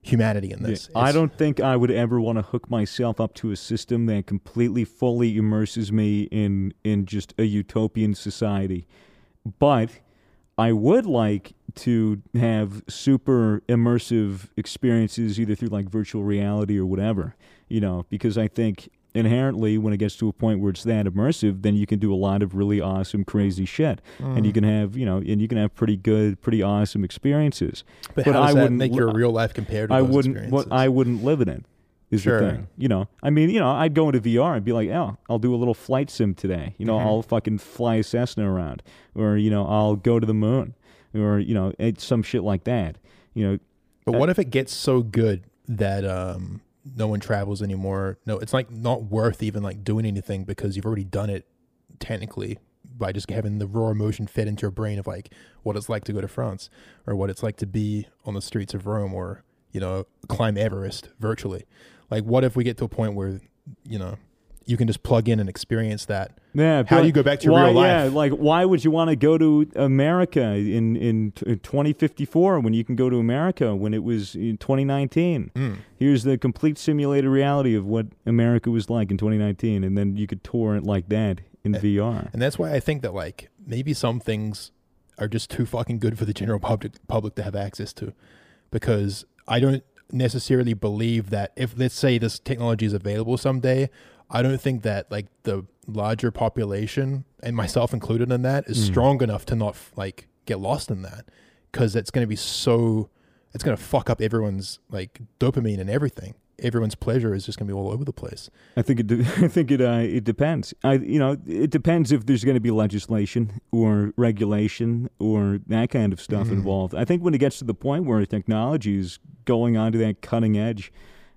A: humanity in
B: Yeah,
A: this.
B: I
A: It's-
B: don't think I would ever want to hook myself up to a system that completely, fully immerses me in in just a utopian society. But I would like to have super immersive experiences, either through like virtual reality or whatever. You know, because I think inherently, when it gets to a point where it's that immersive, then you can do a lot of really awesome, crazy shit, and
A: Mm.
B: you can have you know, and you can have pretty good, pretty awesome experiences.
A: But,
B: but
A: how does
B: I
A: that
B: wouldn't
A: make
B: li-
A: your real life compared to
B: I
A: those
B: wouldn't. What
A: experiences?
B: I wouldn't live in it is
A: Sure.
B: the thing. You know, I mean, you know, I'd go into VR and be like, oh, I'll do a little flight sim today. You know,
A: Mm-hmm.
B: I'll fucking fly a Cessna around, or you know, I'll go to the moon, or you know, it's some shit like that. You know,
A: But what if it gets so good that um, no one travels anymore? No, it's like not worth even like doing anything because you've already done it technically by just having the raw emotion fed into your brain of like what it's like to go to France or what it's like to be on the streets of Rome or you know climb Everest virtually. Like, what if we get to a point where you know you can just plug in and experience that?
B: Yeah.
A: How
B: but
A: do you go back to your
B: why,
A: real life?
B: Yeah, like why would you want to go to America in in t- 2054 when you can go to America when it was in 2019? Here's the complete simulated reality of what America was like in 2019, and then you could tour it like that in
A: Eh,
B: VR.
A: And that's why I think that like maybe some things are just too fucking good for the general public public to have access to because I don't necessarily believe that if let's say this technology is available someday, I don't think that like the larger population and myself included in that is strong enough to not like get lost in that cuz it's going to be so it's going to fuck up everyone's like dopamine and everything. Everyone's pleasure is just going to be all over the place.
B: I think it. De- I think it. Uh, it depends. I. You know, it depends if there's going to be legislation or regulation or that kind of stuff involved. I think when it gets to the point where technology is going onto that cutting edge,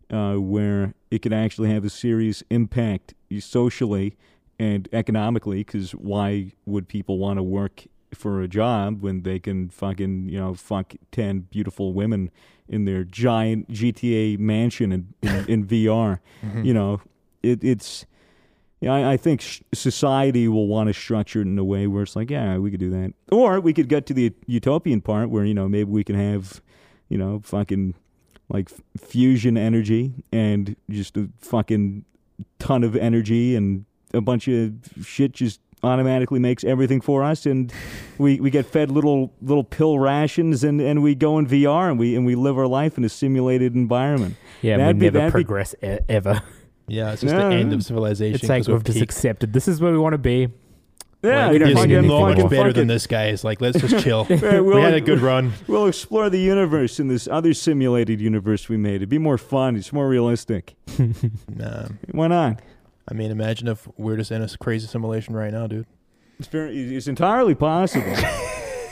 B: uh, where it can actually have a serious impact socially and economically, because why would people want to work for a job when they can fucking you know fuck ten beautiful women in their giant GTA mansion in in, in VR? You know, it, it's. Yeah, I, I think sh- society will want to structure it in a way where it's like, yeah, we could do that, or we could get to the utopian part where you know maybe we can have, you know, fucking like f- fusion energy and just a fucking ton of energy and a bunch of shit just automatically makes everything for us and we, we get fed little little pill rations and, and we go in VR and we and we live our life in a simulated environment.
D: Yeah,
B: That'd
D: we
B: be-
D: never
B: that'd be-
D: progress e- ever.
A: Yeah, it's just
B: Yeah.
A: the end of civilization.
D: It's like
A: 'cause we've
D: we've just
A: peaked.
D: accepted this is where we want to be.
B: Yeah,
D: Like, we don't
A: It's
D: need
B: fucking-
D: anything
A: not
D: more.
A: much
B: fucking-
A: better than
B: fucking-
A: this, guys. Like, let's just chill.
B: we'll-
A: we had a good run.
B: We'll explore the universe in this other simulated universe we made. It'd be more fun. It's more realistic.
A: Nah,
B: Why not?
A: I mean, imagine if we're just in a crazy simulation right now, dude.
B: It's very. It's entirely possible.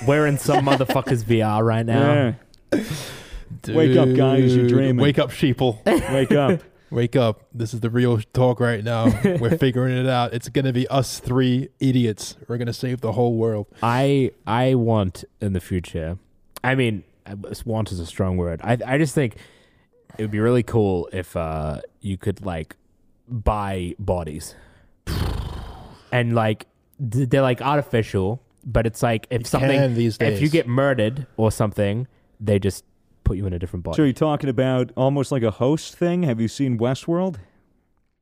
D: We're in some motherfucker's VR right now.
B: Yeah. Wake up, guys, you're
A: Dude,
B: dreaming.
A: Wake up, sheeple.
B: Wake up.
A: Wake up. This is the real talk right now. We're figuring it out. It's gonna be us three idiots. We're gonna save the whole world.
D: I I want in the future. I mean, I- want is a strong word. I I just think it would be really cool if uh you could like buy bodies and like th- they're like artificial, but it's like if
A: can
D: something
A: these
D: if you
A: days.
D: get murdered or something, they just put you in a different body.
B: So you're talking about almost like a host thing. Have you seen Westworld?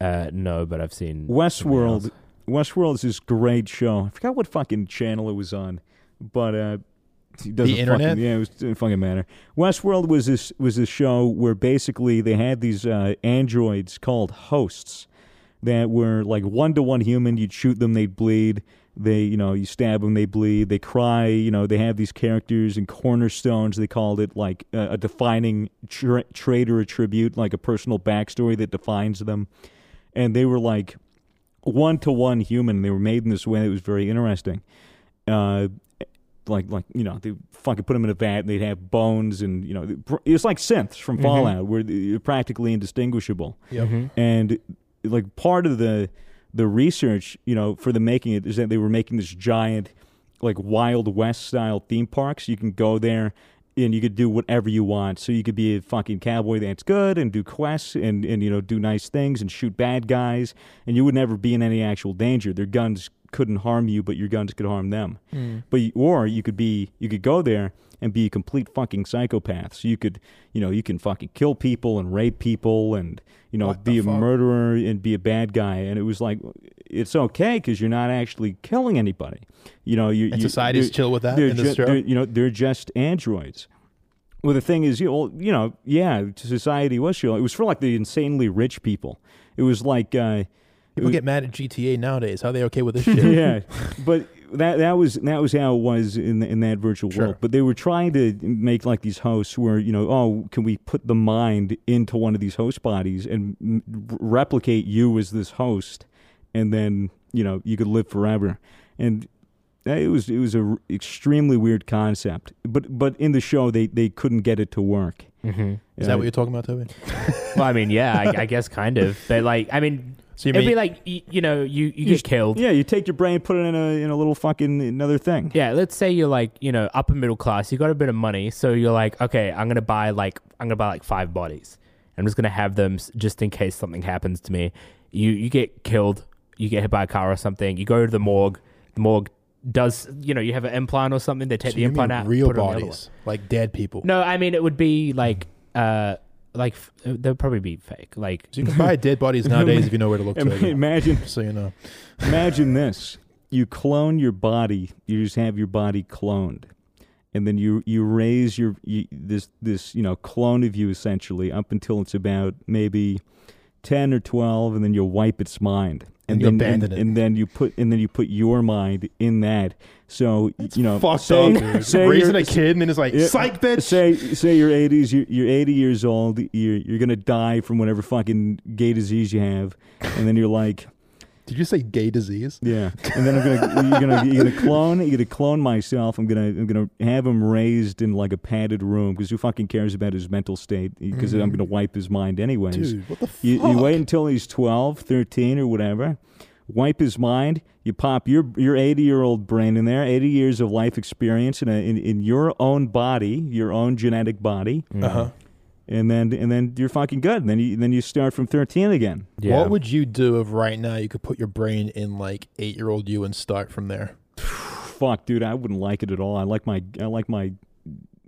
D: Uh, no, but I've seen
B: Westworld. Westworld is this great show. I forgot what fucking channel it was on, but uh, it doesn't
A: internet?
B: Fucking, yeah, it was, didn't fucking matter. Westworld was this was this show where basically they had these uh, androids called hosts that were like one to one human. You'd shoot them, they'd bleed. They, you know, you stab them, they bleed. They cry. You know, they have these characters and cornerstones. They called it like a, a defining tra- trait or a tribute, like a personal backstory that defines them. And they were like one to one human. They were made in this way that was very interesting. Uh, like like you know they fucking put them in a vat and they'd have bones and you know it's like synths from Fallout where they're practically indistinguishable.
A: Yep.
B: And like part of the the research you know for the making it is that they were making this giant like Wild West style theme park so you can go there. And you could do whatever you want. So you could be a fucking cowboy that's good and do quests and, and you know do nice things and shoot bad guys and you would never be in any actual danger. Their guns couldn't harm you, but your guns could harm them. But you, or you could be you could go there and be a complete fucking psychopath. So you could you know you can fucking kill people and rape people and you know
A: What the
B: be a
A: fuck?
B: murderer and be a bad guy. And it was like it's okay because you're not actually killing anybody. You know you
A: And
B: you-
A: society's
B: they're-
A: chill with that
B: they're
A: in this
B: ju-
A: show?
B: they're- you know they're just androids. Well, the thing is, you know, you know, yeah, society was chill. It was for like the insanely rich people. It was like, uh,
A: People get mad at GTA nowadays. How are they okay with this shit?
B: yeah, but that that was that was how it was in in that virtual
A: Sure.
B: world. But they were trying to make like these hosts where you know, oh, can we put the mind into one of these host bodies and m- replicate you as this host, and then you know you could live forever. And it was it was a r- extremely weird concept. But but in the show they they couldn't get it to work.
D: Mm-hmm.
A: Is that what you're talking about, Toby?
D: Well, I mean, yeah, I, I guess kind of. But like, I mean,
A: So you
D: it'd be
A: mean-
D: like you, you know, you you,
B: You
D: get killed. Yeah.
B: Yeah, you take your brain, put it in a in a little fucking another thing.
D: let's say you're like you know upper middle class. You got a bit of money, so you're like, okay, I'm gonna buy like I'm gonna buy like five bodies. I'm just gonna have them s- just in case something happens to me. You you get killed, you get hit by a car or something. You go to the morgue. The morgue does you know you have an implant or something. They take
A: So
D: the
A: you
D: implant
A: mean
D: out.
A: real
D: put it on the other
A: bodies, like dead people.
D: one. No, I mean it would be like uh like f- they'd probably be fake. Like
A: So you can buy dead bodies nowadays if you know where to look.
B: Im-
A: To,
B: Imagine
A: so you know.
B: imagine this. You clone your body. You just have your body cloned. And then you you raise your you, this this, you know, clone of you essentially up until it's about maybe 10 or 12 and then you wipe its mind.
A: And you
B: then
A: abandon
B: and,
A: it.
B: and then you put and then you put your mind in that. So you know, say, say you're-
A: Raising a kid and then it's like,
B: Yeah.
A: psych, bitch.
B: Say say you're 80s, you're, you're 80 years old, you're you're gonna die from whatever fucking gay disease you have, and then you're like,
A: Did you say gay disease?
B: yeah, and then I'm gonna you're gonna you're gonna clone you're gonna clone myself. I'm gonna I'm gonna have him raised in like a padded room because who fucking cares about his mental state? Because I'm gonna wipe his mind anyways.
A: Mm-hmm. Dude, what the fuck?
B: You, you wait until he's 12, 13 or whatever. Wipe his mind. You pop your your 80 year old brain in there, 80 years of life experience in, a, in in your own body, your own genetic body,
A: Uh-huh.
B: and then and then you're fucking good. And then you then you start from 13 again.
D: yeah.
A: What would you do if right now you could put your brain in like eight year old you and start from there?
B: Fuck, dude, I wouldn't like it at all. I like my I like my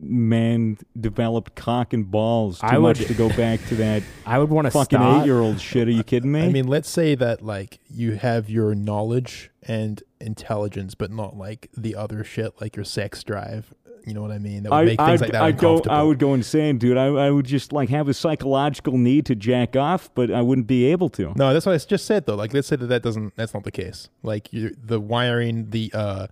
B: man developed cock and balls too
D: I would-
B: much to go back to that
D: I would want to
B: fucking
D: start.
B: eight year old shit. Are you kidding me?
A: I mean, let's say that like you have your knowledge and intelligence, but not like the other shit, like your sex drive. You know what I mean? That would
B: I,
A: make things
B: I'd-
A: like that
B: I'd go,
A: uncomfortable.
B: I would go insane, dude. I, I would just like have a psychological need to jack off, but I wouldn't be able to.
A: No, that's what I s- just said though. Like, let's say that that doesn't. That's not the case. Like, you the wiring, the uh,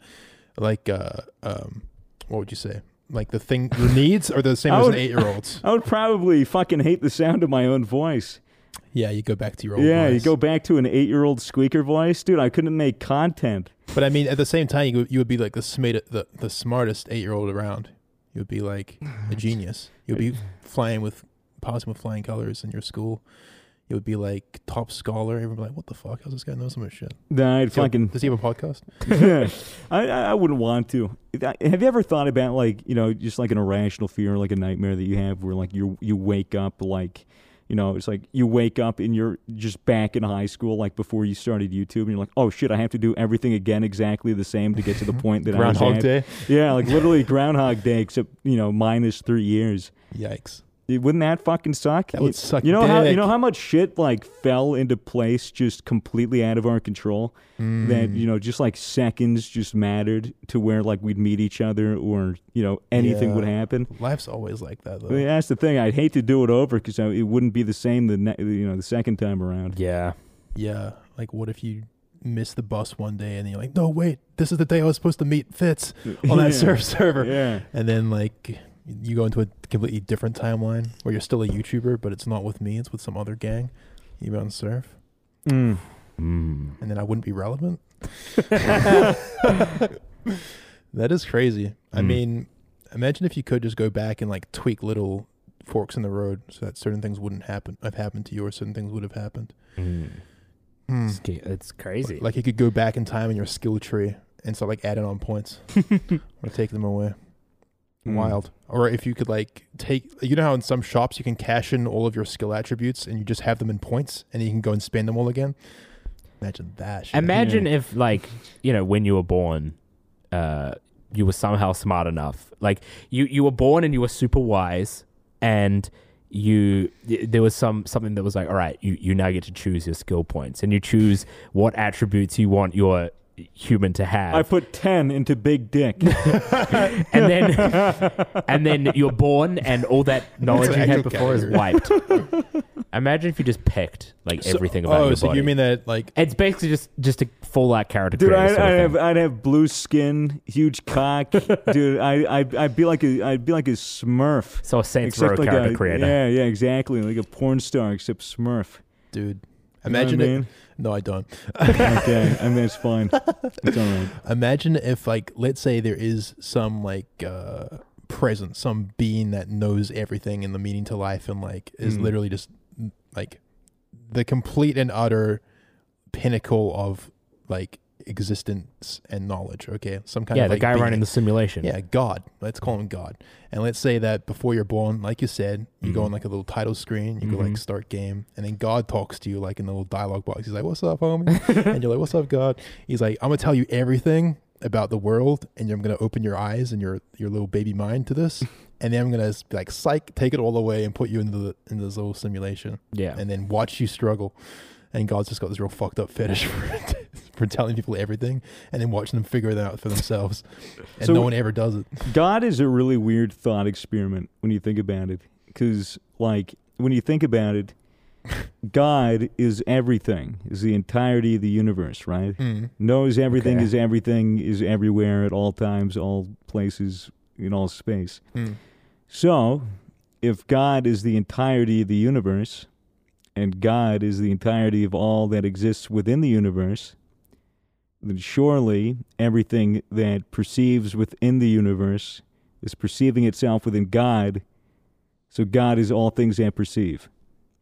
A: like uh, um, what would you say? Like the thing, the needs are the same
B: I
A: as
B: would-
A: an eight year old's.
B: I would probably fucking hate the sound of my own voice.
A: Yeah, you go back to your old.
B: yeah, you
A: voice.
B: go back to an eight year old squeaker voice, dude. I couldn't make content.
A: But I mean, at the same time, you would, you would be like the smart, the, the smartest eight year old around. You would be like a genius. You would be flying with possible flying colors in your school. You would be like top scholar. Everyone would be like, what the fuck? How's this guy know so much shit?
B: Nah, I'd
A: Does he have-
B: fucking.
A: Does he have a podcast?
B: I, I I wouldn't want to. I- Have you ever thought about like you know just like an irrational fear, like a nightmare that you have, where like you you wake up like you know it's like you wake up and you're just back in high school, like before you started YouTube, and you're like, oh shit, I have to do everything again exactly the same to get to the point that I was at.
A: Day.
B: Yeah, like literally Groundhog Day, except you know minus three years.
A: Yikes.
B: It- Wouldn't that fucking suck?
A: That would
B: You-
A: suck
B: You know how you
A: dick.
B: know how much shit like fell into place just completely out of our control.
A: Mm.
B: That you know, just like seconds just mattered to where like we'd meet each other or you know anything
A: Yeah.
B: would happen.
A: Life's always like that,
B: I mean,
A: though.
B: that's the thing. I'd hate to do it over because it wouldn't be the same the ne- you know the second time around.
D: yeah.
A: Yeah. Like, what if you miss the bus one day and then you're like, no, wait, this is the day I was supposed to meet Fitz on
B: Yeah.
A: that surf server.
B: Yeah.
A: And then like you go into a completely different timeline where you're still a YouTuber, but it's not with me; it's with some other gang. You go and surf,
B: Mm.
D: Mm.
A: and then I wouldn't be relevant. that is crazy. I
B: Hmm.
D: Mm.
A: mean, imagine if you could just go back and like tweak little forks in the road so that certain things wouldn't happen. Have happened to you, or certain things would have happened.
D: Mm.
A: Hmm.
D: It's, ca- it's crazy.
A: Like you could go back in time in your skill tree and start like adding on points or take them away.
D: Hmm.
B: Mm.
A: Wild. Or if you could like take, you know how in some shops you can cash in all of your skill attributes and you just have them in points and you can go and spend them all again. Imagine that. Shit.
D: Imagine if, like, you know, when you were born, uh, you were somehow smart enough. Like, you you were born and you were super wise, and you th- there was some something that was like, all right, you you now get to choose your skill points, and you choose what attributes you want your human to have.
B: I put ten into big dick.
D: and then and then you're born and all that knowledge
A: That's
D: you
A: an
D: had
A: actual
D: before is wiped. Imagine if you just picked like
A: So-
D: everything about
A: Oh,
D: your
A: so
D: body.
A: you mean that like
D: it's basically just just a full out character
B: Dude,
D: creator
B: I'd,
D: sort of
B: I'd
D: thing.
B: have I'd have blue skin, huge cock, dude. I I'd, I'd be like a I'd be like a Smurf.
D: So a Saints Row character
B: a,
D: creator.
B: Yeah, yeah, exactly. Like a porn star, except Smurf.
A: dude? Imagine
B: I
A: it.
B: mean?
A: No, I don't.
B: okay, I mean it's fine. It's all right.
A: Imagine if, like, let's say there is some like uh, presence, some being that knows everything and the meaning to life, and like is
D: Mm.
A: literally just like the complete and utter pinnacle of like existence and knowledge. Okay, some kind
D: yeah,
A: of
D: the
A: like,
D: guy
A: being.
D: running the simulation.
A: Yeah, God. Let's call him God. And let's say that before you're born, like you said, you go
D: Mhm.
A: on like a little title screen, you go like
D: Mhm.
A: start game, and then God talks to you like in the little dialogue box. He's like, What's up, homie? and you're like, What's up, God? He's like, I'm gonna tell you everything about the world and I'm gonna open your eyes and your your little baby mind to this. And then I'm gonna like psych, take it all away and put you into the into this little simulation
D: yeah.
A: and then watch you struggle. And God's just got this real fucked up fetish for, for telling people everything and then watching them figure it out for themselves. And
B: So-
A: no one ever does it.
B: God is a really weird thought experiment when you think about it. Because, like, when you think about it, God is everything, is the entirety of the universe, right?
A: Mm.
B: Knows everything,
D: Okay.
B: is everything, is everywhere at all times, all places, in all space.
A: Mm.
B: So, if God is the entirety of the universe, and God is the entirety of all that exists within the universe, then surely everything that perceives within the universe is perceiving itself within God. So God is all things that perceive.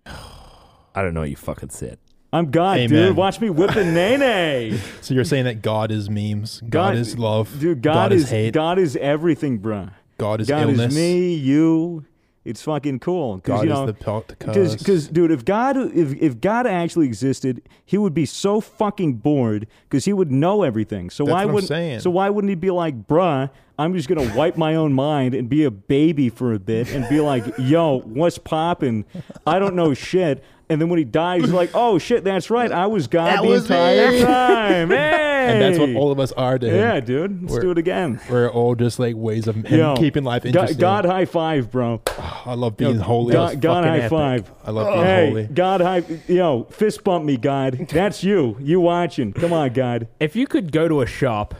D: I don't know what you fucking said.
B: I'm God,
A: Amen.
B: dude. Watch me whip a nene.
A: So you're saying that God is memes, God,
B: God-
A: is love,
B: Dude, God,
A: is,
B: is,
A: hate, God,
B: God is everything, bruh.
A: is
B: God
A: illness,
B: is me, you. It's fucking cool. 'Cause,
A: God
B: you know,
A: is the pot to curse.
B: Because, dude, if God, if, if God actually existed, he would be so fucking bored because he would know everything. So
A: That's
B: why
A: what I'm
B: wouldn't?
A: saying.
B: So why wouldn't he be like, bruh? I'm just gonna wipe my own mind and be a baby for a bit and be like, yo, what's poppin'? I don't know shit. And then when he dies, he's like, oh shit, that's right, I was God
A: That
B: the
A: was me.
B: entire time. Hey,
A: and that's what all of us are to him.
B: yeah, dude, let's
A: We're-
B: do it again.
A: We're all just like ways of him
B: Yo,
A: keeping life
B: Go-
A: interesting.
B: God, high five, bro.
A: I love being holy.
B: God, God
D: fucking
B: high
D: epic.
B: five.
A: I love being
B: hey,
A: holy.
B: God, I, yo, fist bump me, God. That's you. You watching? Come on, God.
D: If you could go to a shop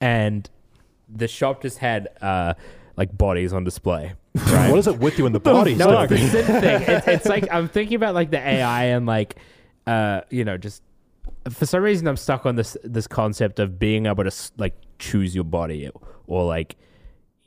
D: and the shop just had uh, like bodies on display.
A: What is it with you in the body?
B: fuck?
A: Stop
D: No, it's the
A: being-
D: Sid thing. It's, it's like I'm thinking about like the AI and like, uh, you know, just for some reason I'm stuck on this this concept of being able to s- like choose your body or like,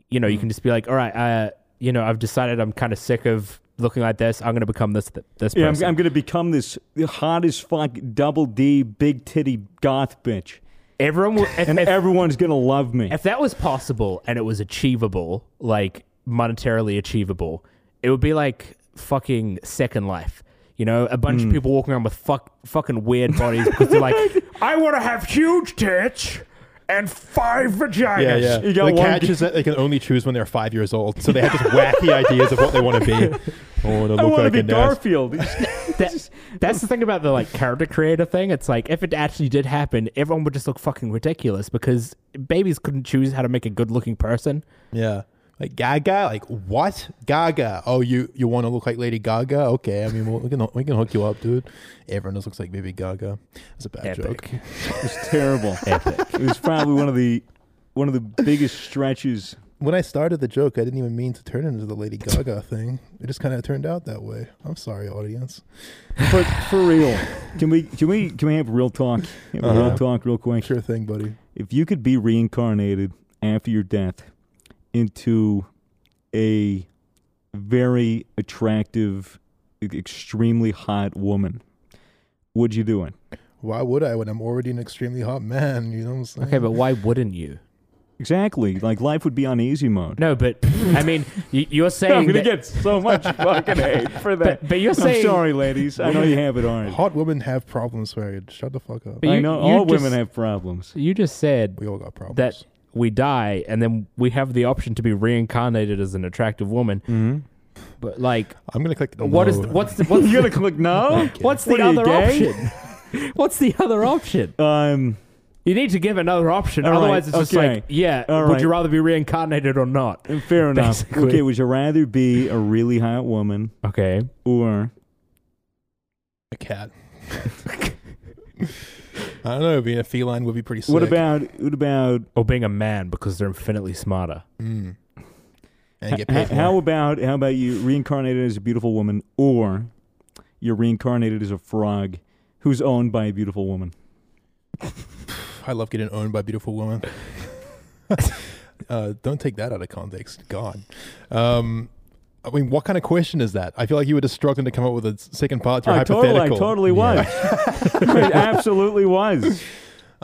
D: you know, you can just be like, all right, uh, you know, I've decided I'm kind of sick of looking like this. I'm gonna become this th- this
B: Yeah, I'm,
D: person.
B: I'm gonna become this hot as fuck double D big titty goth bitch,
D: Everyone, will, if,
B: and
D: if,
B: everyone's gonna love me.
D: if that was possible and it was achievable, like monetarily achievable, it would be like fucking Second Life. You know, a bunch
B: Hmm.
D: of people walking around with fuck, fucking weird bodies because they're like, I want to have huge tits and five vaginas.
A: Yeah, yeah.
B: You got
A: the
B: one-
A: catch is that they can only choose when they're five years old, so they have just wacky ideas of what they want to be. I want to
B: I
A: look
B: want to
A: like
B: be
A: a Nas-
B: Garfield.
D: That- that's the thing about the like character creator thing. It's like if it actually did happen, everyone would just look fucking ridiculous because babies couldn't choose how to make a good looking person.
A: Yeah. Like Gaga, like what? Gaga? Oh, you you want to look like Lady Gaga? Okay, I mean we'll- we can we can hook you up, dude. Everyone just looks like Baby Gaga. That's a bad joke.
D: Epic.
B: it's terrible.
D: Epic.
B: It was probably one of the one of the biggest stretches.
A: When I started the joke, I didn't even mean to turn it into the Lady Gaga thing. It just kind of turned out that way. I'm sorry, audience.
B: But for real, can we can we can we have real talk? Have a
A: Uh-huh.
B: Real talk, real quick.
A: Sure thing, buddy.
B: if you could be reincarnated after your death into a very attractive, e- extremely hot woman, would you do it?
A: Why would I when I'm already an extremely hot man? You know what I'm saying?
D: Okay, but why wouldn't you?
B: Exactly. Like life would be on easy mode.
D: No, but I mean, you, you're saying
B: I'm gonna
D: that-
B: get so much fucking hate for that.
D: But- but you're
B: I'm
D: saying-
B: sorry, ladies. I know you have it hard.
A: hot women have problems, Harry. Shut the fuck up.
D: But you-
B: I know
D: you
B: all
D: just-
B: women have problems.
D: You just said
A: We all got problems.
D: that we die and then we have the option to be reincarnated as an attractive woman. But like,
A: I'm gonna click.
D: what is
A: Oh, no.
D: what's the what's,
B: You gonna click no?
D: what's the
B: What are you,
D: other
B: gay?
D: option? What's the other option?
B: Um,
D: You need to give another option,
B: All right,
D: otherwise it's just
B: okay.
D: like, yeah,
B: All
D: would
B: right.
D: you rather be reincarnated or not?
B: fair enough.
D: Basically.
B: Okay, would you rather be a really hot woman
D: Okay,
B: or
A: a cat? I don't know. Being a feline would be pretty sick.
B: What about what about
D: or being a man because they're infinitely smarter.
A: Mm. And
B: h-
A: get paid
B: h- how
A: more.
B: about how about you reincarnated as a beautiful woman or you're reincarnated as a frog who's owned by a beautiful woman.
A: I love getting owned by a beautiful woman. uh, don't take that out of context. God. Um, I mean, what kind of question is that? I feel like you were just struggling to come up with a s- second part to your
B: I Oh, totally, I
A: hypothetical.
B: totally was. it absolutely was.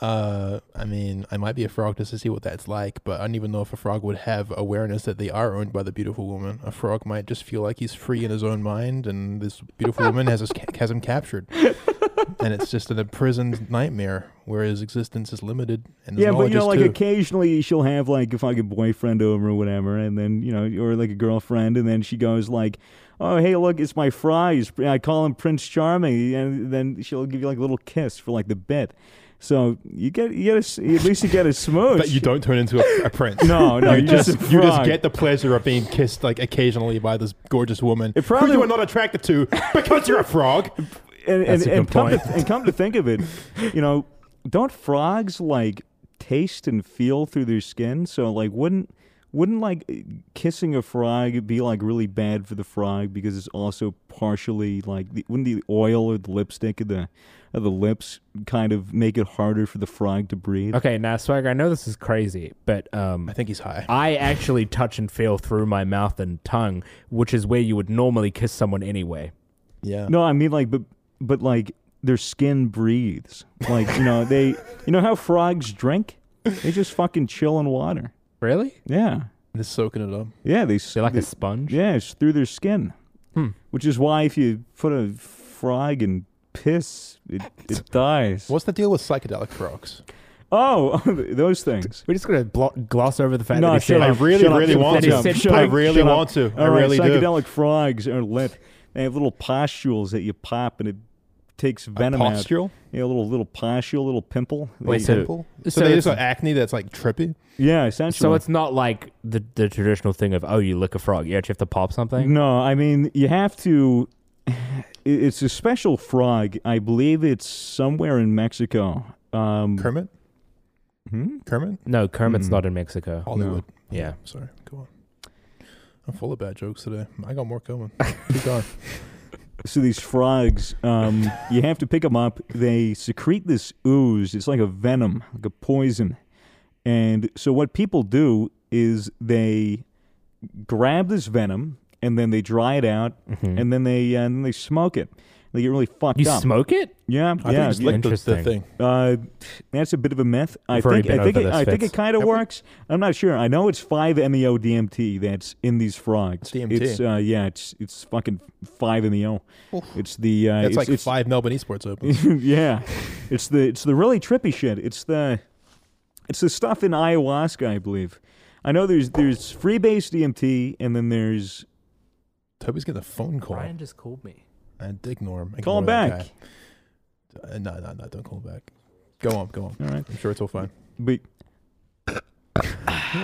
A: Uh, I mean, I might be a frog just to see what that's like, but I don't even know if a frog would have awareness that they are owned by the beautiful woman. A frog might just feel like he's free in his own mind, and this beautiful woman has us ca- has him captured, and it's just an imprisoned nightmare where his existence is limited. And his
B: yeah, but you know,
A: knowledge is
B: like
A: too.
B: occasionally she'll have like a fucking boyfriend over or whatever, and then you know, or like a girlfriend, and then she goes like, "Oh, hey, look, it's my fries. I call him Prince Charming," and then she'll give you like a little kiss for like the bit. So you get you get a, s- at least you get a smooch.
A: But you don't turn into a, a prince.
B: No, no,
A: you
B: you're
A: just
B: just a
A: you just
B: frog.
A: get the pleasure of being kissed like occasionally by this gorgeous woman
B: It probably-
A: who you are not attracted to because you're a frog.
B: and, and,
D: That's a good
B: and come to,
D: point.
B: and come to think of it, you know, don't frogs like taste and feel through their skin? So like, wouldn't wouldn't like kissing a frog be like really bad for the frog because it's also partially like the, wouldn't the oil or the lipstick of the of the lips kind of make it harder for the frog to breathe?
D: Okay, now Swagger, I know this is crazy, but um,
A: I think he's high.
D: I actually touch and feel through my mouth and tongue, which is where you would normally kiss someone anyway.
A: Yeah.
B: No, I mean like, but but like their skin breathes. Like you know they, you know how frogs drink? They just fucking chill in water.
D: Really?
B: Yeah.
A: Just soaking it up.
B: Yeah, they
D: They're like a sponge.
B: Yeah, it's through their skin.
D: Hmm.
B: Which is why if you put a frog in piss, it, it dies.
A: What's the deal with psychedelic frogs?
B: Oh, those things.
D: We're just gonna blo- gloss over the fact
B: No,
D: that he
B: shut
D: said
B: up.
A: I really,
B: shut up,
A: really
B: shut
A: want
B: up,
D: to.
B: shut
D: I
B: up,
A: really
B: shut up.
A: want to. I
B: All right,
A: really do.
B: psychedelic frogs are lit. They have little postules that you pop and it takes venom out.
A: Postule?
B: Yeah, a little little postule, little pimple.
D: Wait,
B: They-
D: So-
A: Pimple? So,
D: so
A: they
D: it's-
A: just got acne that's like trippy?
B: yeah, essentially.
D: So it's not like the the traditional thing of oh you lick a frog. You actually have to pop something.
B: No, I mean you have to. it- It's a special frog. I believe it's somewhere in Mexico. Um,
A: Kermit?
B: hmm?
A: Kermit?
D: No, Kermit's
B: Mm.
D: not in Mexico.
A: Hollywood.
D: Yeah.
A: Sorry. Go on. I'm full of bad jokes today. I got more coming. Keep going.
B: So these frogs, um, you have to pick them up. They secrete this ooze. It's like a venom, like a poison. And so what people do is they grab this venom and then they dry it out
A: Mm-hmm.
D: Mhm.
B: and then they uh, and then they smoke it. They get really fucked
D: You
B: up.
D: smoke it?
B: yeah,
A: I
B: yeah.
A: think just licked the, the
D: Interesting.
A: thing.
B: Uh, that's a bit of a myth. I
D: We've already
B: think I
D: been
B: think it,
D: over this,
B: I think
D: Fitz.
B: it kind of works. I'm not sure. I know it's five E meo DMT that's in these
A: It's
B: frogs.
A: DMT.
B: It's, uh, yeah, it's it's fucking five meo.
A: Oof.
B: It's the uh,
A: That's
B: it's,
A: like
B: it's,
A: five Melbourne esports opens.
B: yeah, it's the it's the really trippy shit. It's the it's the stuff in ayahuasca, I believe. I know there's there's freebase DMT and then there's
A: Toby's getting a phone call.
D: just called me.
A: And ignore him.
B: call
A: Ignore that
B: back.
A: guy. Uh, no, no, no, don't call him back. Go on, go on.
B: All right,
A: I'm sure it's all fine.
B: but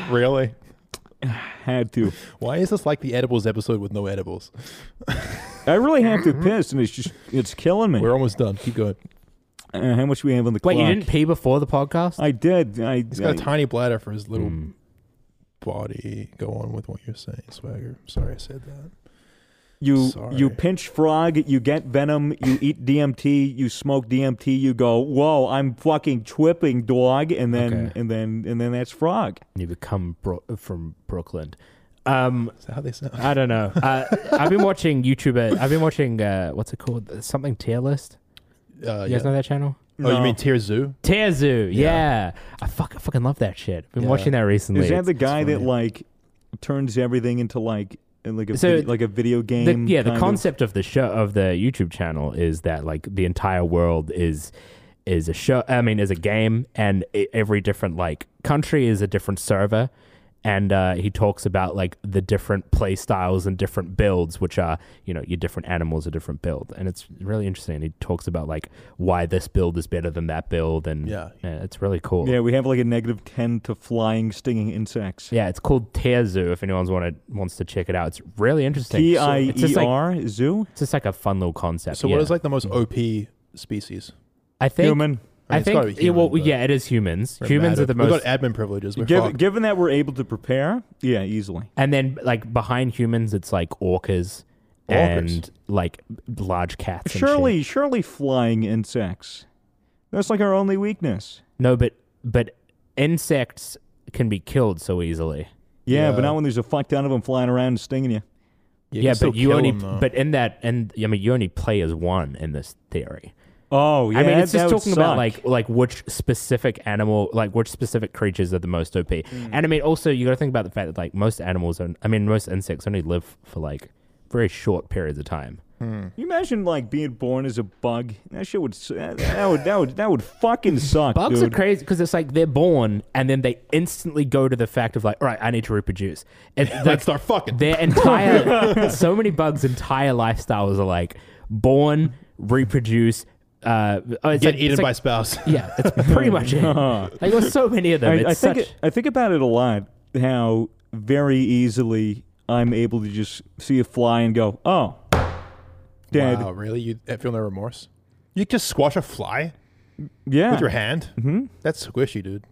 A: really?
B: had to.
A: Why is this like the edibles episode with no edibles?
B: I really have to piss, and it's just it's killing me.
A: We're almost done. Keep going.
B: Uh, how much we have on the clock?
D: Wait, you didn't pee before the podcast?
B: I did. I,
A: He's got a
B: I-
A: tiny bladder for his little
D: Mm.
A: body. Go on with what you're saying, Swagger. Sorry I said that.
B: You
A: Sorry.
B: you pinch frog, you get venom, you eat DMT, you smoke DMT, you go, whoa, I'm fucking tripping dog, and then
D: Okay.
B: and then and then that's frog.
D: You become bro- from Brooklyn. Um,
A: Is that how they sound?
D: I don't know. Uh, I've been watching YouTuber. I've been watching uh, what's it called? Something tier list.
A: Uh,
D: You
A: yeah.
D: guys know that channel?
A: oh, you mean Tear Zoo?
D: Tier Zoo.
A: Yeah.
D: Yeah. I fuck. I fucking love that shit. I've been
A: Yeah.
D: watching that recently.
B: Is that the
D: It's-
B: guy that
A: funny.
B: like turns everything into like uh, like a
D: So
B: vid-
D: it-
B: like a video
D: the-
B: game?
D: yeah, the
B: kind of?
D: concept of the show of the YouTube channel is that like the entire world is is a show. I mean, is a game, and e- every different like country is a different server. And uh, he talks about like the different play styles and different builds, which are you know your different animals, a different build, and it's really interesting. He talks about like why this build is better than that build, and
A: Yeah.
D: it's really cool.
B: Yeah, we have like a negative ten to flying stinging insects.
D: Yeah, it's called Tear Zoo. If anyone's wanted wants to check it out, it's really interesting.
B: T
D: So
B: I
D: it's just
B: E
D: like
B: R zoo
D: it's just like a fun little concept.
A: So
D: yeah.
A: what is like the most OP species?
D: I think
A: I
B: human.
A: mean,
D: I,
A: it's
D: think
A: gotta be
D: yeah, well,
A: human, but
D: yeah, it is humans.
A: We're
D: Humans
A: mad
D: are
A: at-
D: the most,
A: We've got admin privileges. We're
B: Given,
A: fucked.
B: given that we're able to prepare, yeah, easily.
D: and then like behind humans, it's like orcas,
A: Walkers.
D: and like large cats. and shit.
B: Surely, surely flying insects. That's like our only weakness.
D: no, but but insects can be killed so easily.
B: Yeah, but
A: Yeah.
B: not when there's a fuck ton of them flying around and stinging you.
A: can
D: yeah,
A: still
D: but you
A: kill
D: only
A: 'em, though.
D: but in that and I mean you only play as one in this theory.
B: Oh, yeah.
D: I mean, it's
B: that
D: just
B: would
D: talking about
B: suck.
D: like like which specific animal, like which specific creatures are the most OP.
A: Hmm.
D: And I mean, also you got to think about the fact that like most animals, are, I mean, most insects only live for like very short periods of time.
B: You imagine like being born as a bug. That shit would s- that, that would that would that would fucking suck,
D: Bugs
B: dude.
D: are crazy because it's like they're born and then they instantly go to the fact of like, all right, I need to reproduce. And like,
A: Let's start fucking.
D: Their entire, so many bugs' entire lifestyles are like born, reproduce, uh, oh, it's
A: Get
D: like-
A: eaten
D: it's
A: by
D: like-
A: spouse.
D: Yeah, it's pretty much it. Like there's so many of them.
B: I,
D: it's
B: I think
D: such,
B: it- I think about it a lot. How very easily I'm able to just see a fly and go, oh, dead.
A: Wow, really? You feel no remorse? You just squash a fly
B: Yeah.
A: with your hand? Mm-hmm. That's squishy, dude.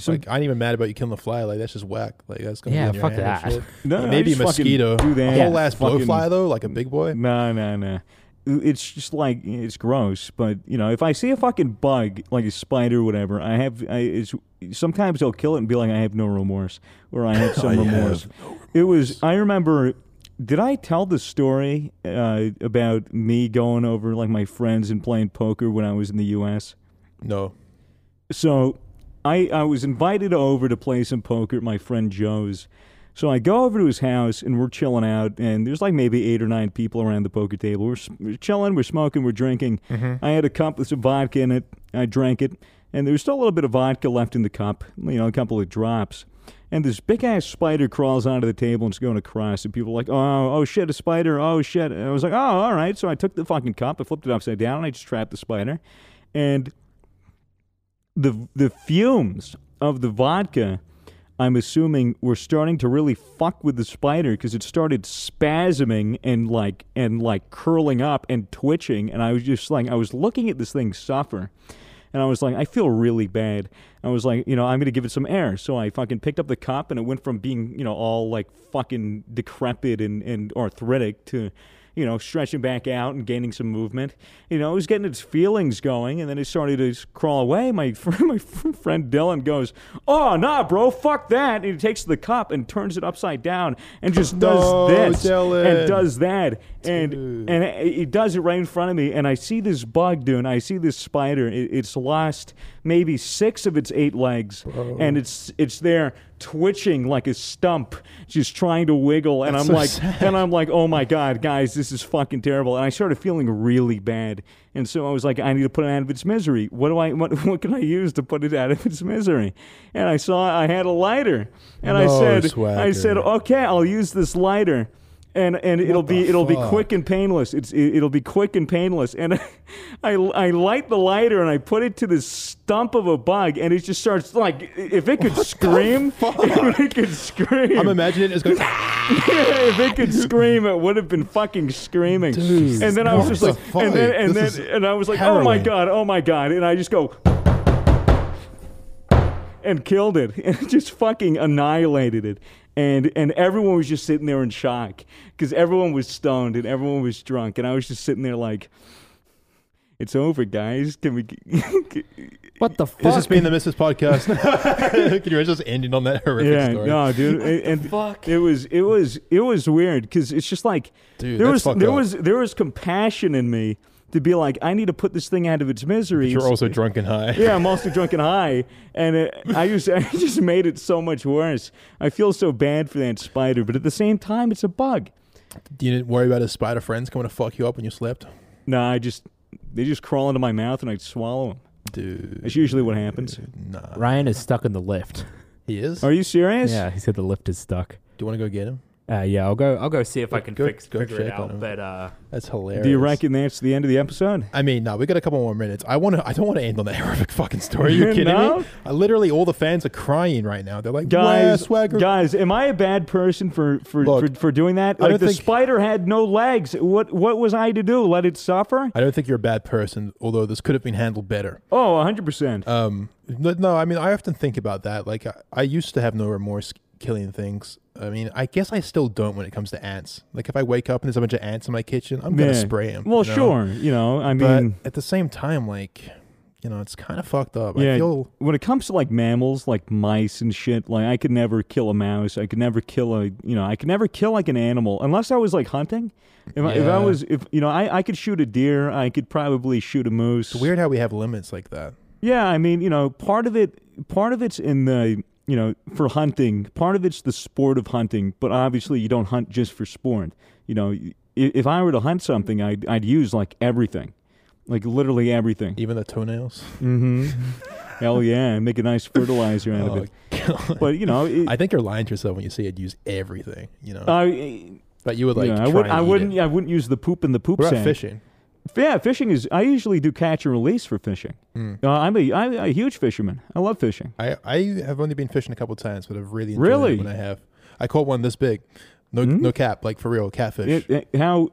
B: So-
A: like, I ain't even mad about you killing a fly. Like, that's just whack. Like, that's gonna
D: Yeah,
A: be in your
D: fuck
A: hand
D: that.
A: and shit.
B: No, no,
A: Maybe a
B: just fucking
A: mosquito.
B: do that.
A: A whole ass
B: Fucking-
A: blowfly though, like a big boy.
B: No, no, no. It's just like it's gross, but you know, if I see a fucking bug, like a spider, or whatever, I have. I, it's sometimes I'll kill it and be like, I have no remorse, or I have some remorse. It was. I remember. Did I tell the story uh, about me going over like my friends and playing poker when I was in the U.S.?
A: No.
B: so I, I was invited over to play some poker at my friend Joe's. So I go over to his house and we're chilling out, and there's like maybe eight or nine people around the poker table. We're, s- we're chilling, we're smoking, we're drinking. I had a cup with some vodka in it. I drank it, and there was still a little bit of vodka left in the cup, you know, a couple of drops. And this big ass spider crawls onto the table and it's going across. And people are like, oh, oh shit, a spider. Oh shit. And I was like, oh, all right. So I took the fucking cup, I flipped it upside down, and I just trapped the spider. And the the fumes of the vodka I'm assuming were starting to really fuck with the spider because it started spasming and like and like curling up and twitching and I was just like I was looking at this thing suffer and I was like I feel really bad. I was like, you know, I'm going to give it some air. So I fucking picked up the cup and it went from being, you know, all like fucking decrepit and and arthritic to you know, stretching back out and gaining some movement. You know, it was getting its feelings going, and then it started to s- crawl away. My friend, my f- friend Dylan goes, "Oh nah, bro, fuck that!" And he takes the cup and turns it upside down and just does
A: No,
B: this
A: Dylan.
B: and does that, and and it- it does it right in front of me. And I see this bug, dude. and I see this spider. It, it's lost maybe six of its eight legs, and it's it's there twitching like a stump, just trying to wiggle. And
A: That's
B: I'm
A: so
B: like,
A: sad.
B: and I'm like, oh my god, guys, this is fucking terrible. And I started feeling really bad. And so I was like, I need to put it out of its misery. What do I? What, what can I use to put it out of its misery? And I saw I had a lighter, and I
A: No,
B: said, I
A: swagger.
B: said, okay, I'll use this lighter. And, and it'll be
A: the
B: it'll be
A: fuck?
B: quick and painless. It's it, it'll be quick and painless. And I I light the lighter and I put it to this stump of a bug, and it just starts like if it could scream, if it could scream.
A: I'm imagining it's going.
B: if it could scream, it would have been fucking screaming.
A: Dude,
B: and then I was just like,
A: what the
B: and then
A: fuck?
B: and
A: This
B: then
A: is
B: and I was like, oh my
A: harrowing.
B: god, oh my god, and I just go and killed it, and just fucking annihilated it. And, and everyone was just sitting there in shock because everyone was stoned and everyone was drunk and I was just sitting there like, it's over, guys. Can we?
D: what the fuck?
A: This has been the Mrs. Podcast. Can you imagine just ending on that horrific
B: yeah,
A: story?
B: no, dude. and and
D: fuck?
B: it was it was it was weird because it's just like
A: Dude,
B: there
A: that's
B: was
A: fucked
B: there
A: up.
B: was there was compassion in me to be like, I need to put this thing out of its misery.
A: You're also drunk and high.
B: yeah, I'm also drunk and high, and it, I just I just made it so much worse. I feel so bad for that spider, but at the same time, it's a bug.
A: You didn't worry about his spider friends coming to fuck you up when you slept,
B: Nah, I just they just crawl into my mouth and I swallow them.
A: dude.
B: That's usually what happens.
A: Nah,
D: Ryan is stuck in the lift.
A: he is.
B: Are you serious?
D: Yeah, he said the lift is stuck.
A: Do you want to go get him?
D: Uh, yeah, I'll go. I'll go see if I can
A: go-
D: fix
A: go
D: figure it
A: check on
D: out.
A: him.
D: But uh,
A: That's hilarious.
B: Do you reckon that's the end of the episode?
A: I mean, no, we got a couple more minutes. I want to. I don't want to end on that horrific fucking story. You're kidding
B: No?
A: me? I literally, all the fans are crying right now. They're like,
B: Guys,
A: "Guys, swagger."
B: guys, am I a bad person for for,
A: Look,
B: for, for doing that?
A: I
B: Like
A: don't
B: the
A: think-
B: spider had no legs. What what was I to do? Let it suffer?
A: I don't think you're a bad person, although this could have been handled better.
B: Oh, 100%.
A: Um, no, no, I mean, I often think about that. Like, I, I used to have no remorse killing things, I mean, I guess I still don't when it comes to ants. Like if I wake up and there's a bunch of ants in my kitchen, I'm gonna
B: Yeah.
A: spray them.
B: Well, sure. You know, I
A: but
B: mean,
A: at the same time, like you know, it's kind of fucked up.
B: yeah.
A: I feel
B: When it comes to like mammals, like mice and shit, like I could never kill a mouse. I could never kill a, you know, I could never kill like an animal unless I was like hunting. If, I, if
A: Yeah.
B: I was, if you know, I, I could shoot a deer. I could probably shoot a moose.
A: it's weird how we have limits like that.
B: Yeah, I mean, you know, part of it, part of it's in the, you know, for hunting. Part of it's the sport of hunting, but obviously you don't hunt just for sport. You know, i- if I were to hunt something, I'd, I'd use like everything, like literally everything.
A: Even the toenails.
B: Mm-hmm. Hell yeah, make a nice fertilizer out of
A: Oh,
B: it.
A: God.
B: But you know, it,
A: I think you're lying to yourself when you say you'd use everything. You know,
B: I,
A: but you would like.
B: Uh, yeah,
A: try
B: I would,
A: and
B: I
A: eat
B: wouldn't,
A: It.
B: I wouldn't use the poop in the poop
A: What about
B: sack.
A: fishing?
B: Yeah, fishing is. I usually do catch and release for fishing.
A: Mm.
B: Uh, I'm a, I'm a huge fisherman. I love fishing.
A: I I have only been fishing a couple times, but I've really enjoyed it
B: Really? Hmm?
A: when I have. I caught one this big, no no cap, like for real catfish,
B: It, it- how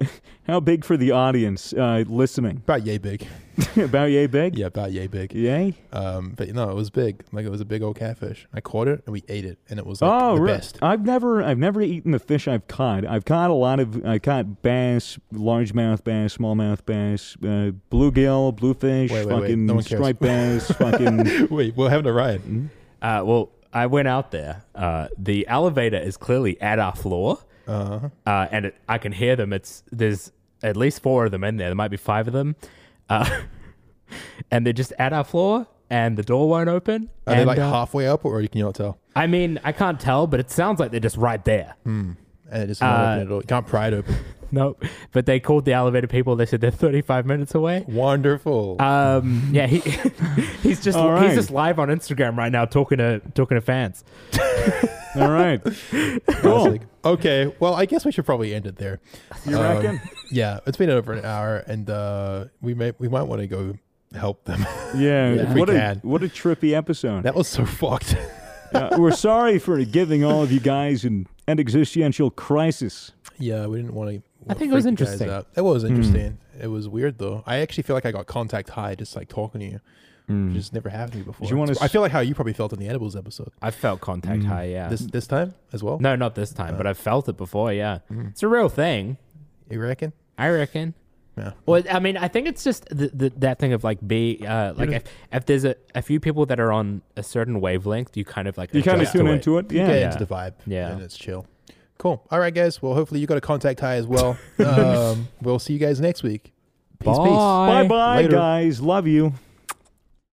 B: how big for the audience uh, listening?
A: about yay big.
B: About yay big?
A: Yeah, about yay big.
B: Yay?
A: Um, but no, it was big. Like it was a big old catfish. I caught it and we ate it, and it was like
B: oh,
A: the
B: re-
A: best.
B: I've never I've never eaten the fish I've caught. I've caught a lot of I caught bass, largemouth bass, smallmouth bass, uh, bluegill, bluefish,
A: Wait, wait, wait.
B: fucking
A: No one cares.
B: striped bass, fucking
A: Wait, we're having a riot.
B: Mm-hmm.
D: Uh, well, I went out there. Uh, the elevator is clearly at our floor,
A: Uh-huh.
D: uh and it, I can hear them. It's there's at least four of them in there. There might be five of them, uh, and they're just at our floor, and the door won't open.
A: Are
D: and,
A: they like
D: uh,
A: halfway up, or you can you not tell?
D: I mean, I can't tell, but it sounds like they're just right there.
A: Hmm. And it just won't
D: Uh,
A: open at all. You can't pry it open.
D: Nope. But they called the elevator people. They said they're 35 minutes away.
A: Wonderful.
B: uh,
D: Um, yeah, he, he's just
B: All right.
D: he's just live on Instagram right now talking to talking to fans.
B: All right. Cool.
A: Classic. Um, Okay, well, I guess we should probably end it there.
B: You
A: Um,
B: reckon?
A: Yeah, it's been over an hour, and uh, we may we might want to go help them.
B: Yeah.
A: if we
B: what a
A: can.
B: what a trippy episode.
A: that was so fucked.
B: Uh, we're sorry for giving all of you guys an, an existential crisis.
A: yeah, we didn't want to.
D: I think it was
A: freak you guys
D: interesting.
A: out. It was interesting. It was weird though. I actually feel like I got contact high just like talking to you. Which has never happened to me before.
B: you wanna
A: It's- I feel like how you probably felt in the edibles episode.
D: I felt contact
A: Hmm.
D: high. Yeah.
A: This this time as well.
D: No, not this time,
B: Uh,
D: but I've felt it before. Yeah,
B: mm-hmm.
D: it's a real thing.
A: You reckon?
D: I reckon.
A: Yeah.
D: Well, I mean, I think it's just the, the, that thing of like be uh, like if, if there's a, a few people that are on a certain wavelength, you kind of like
B: You kind of
D: adjust
B: tune
D: to it.
B: into it. Yeah.
A: Get
D: Yeah.
A: into the vibe.
D: Yeah.
A: And it's chill. Cool. All right, guys. Well, hopefully you got a contact high as well. um, we'll see you guys next week. Peace, peace.
B: Bye bye,
A: Later.
B: guys. Love you.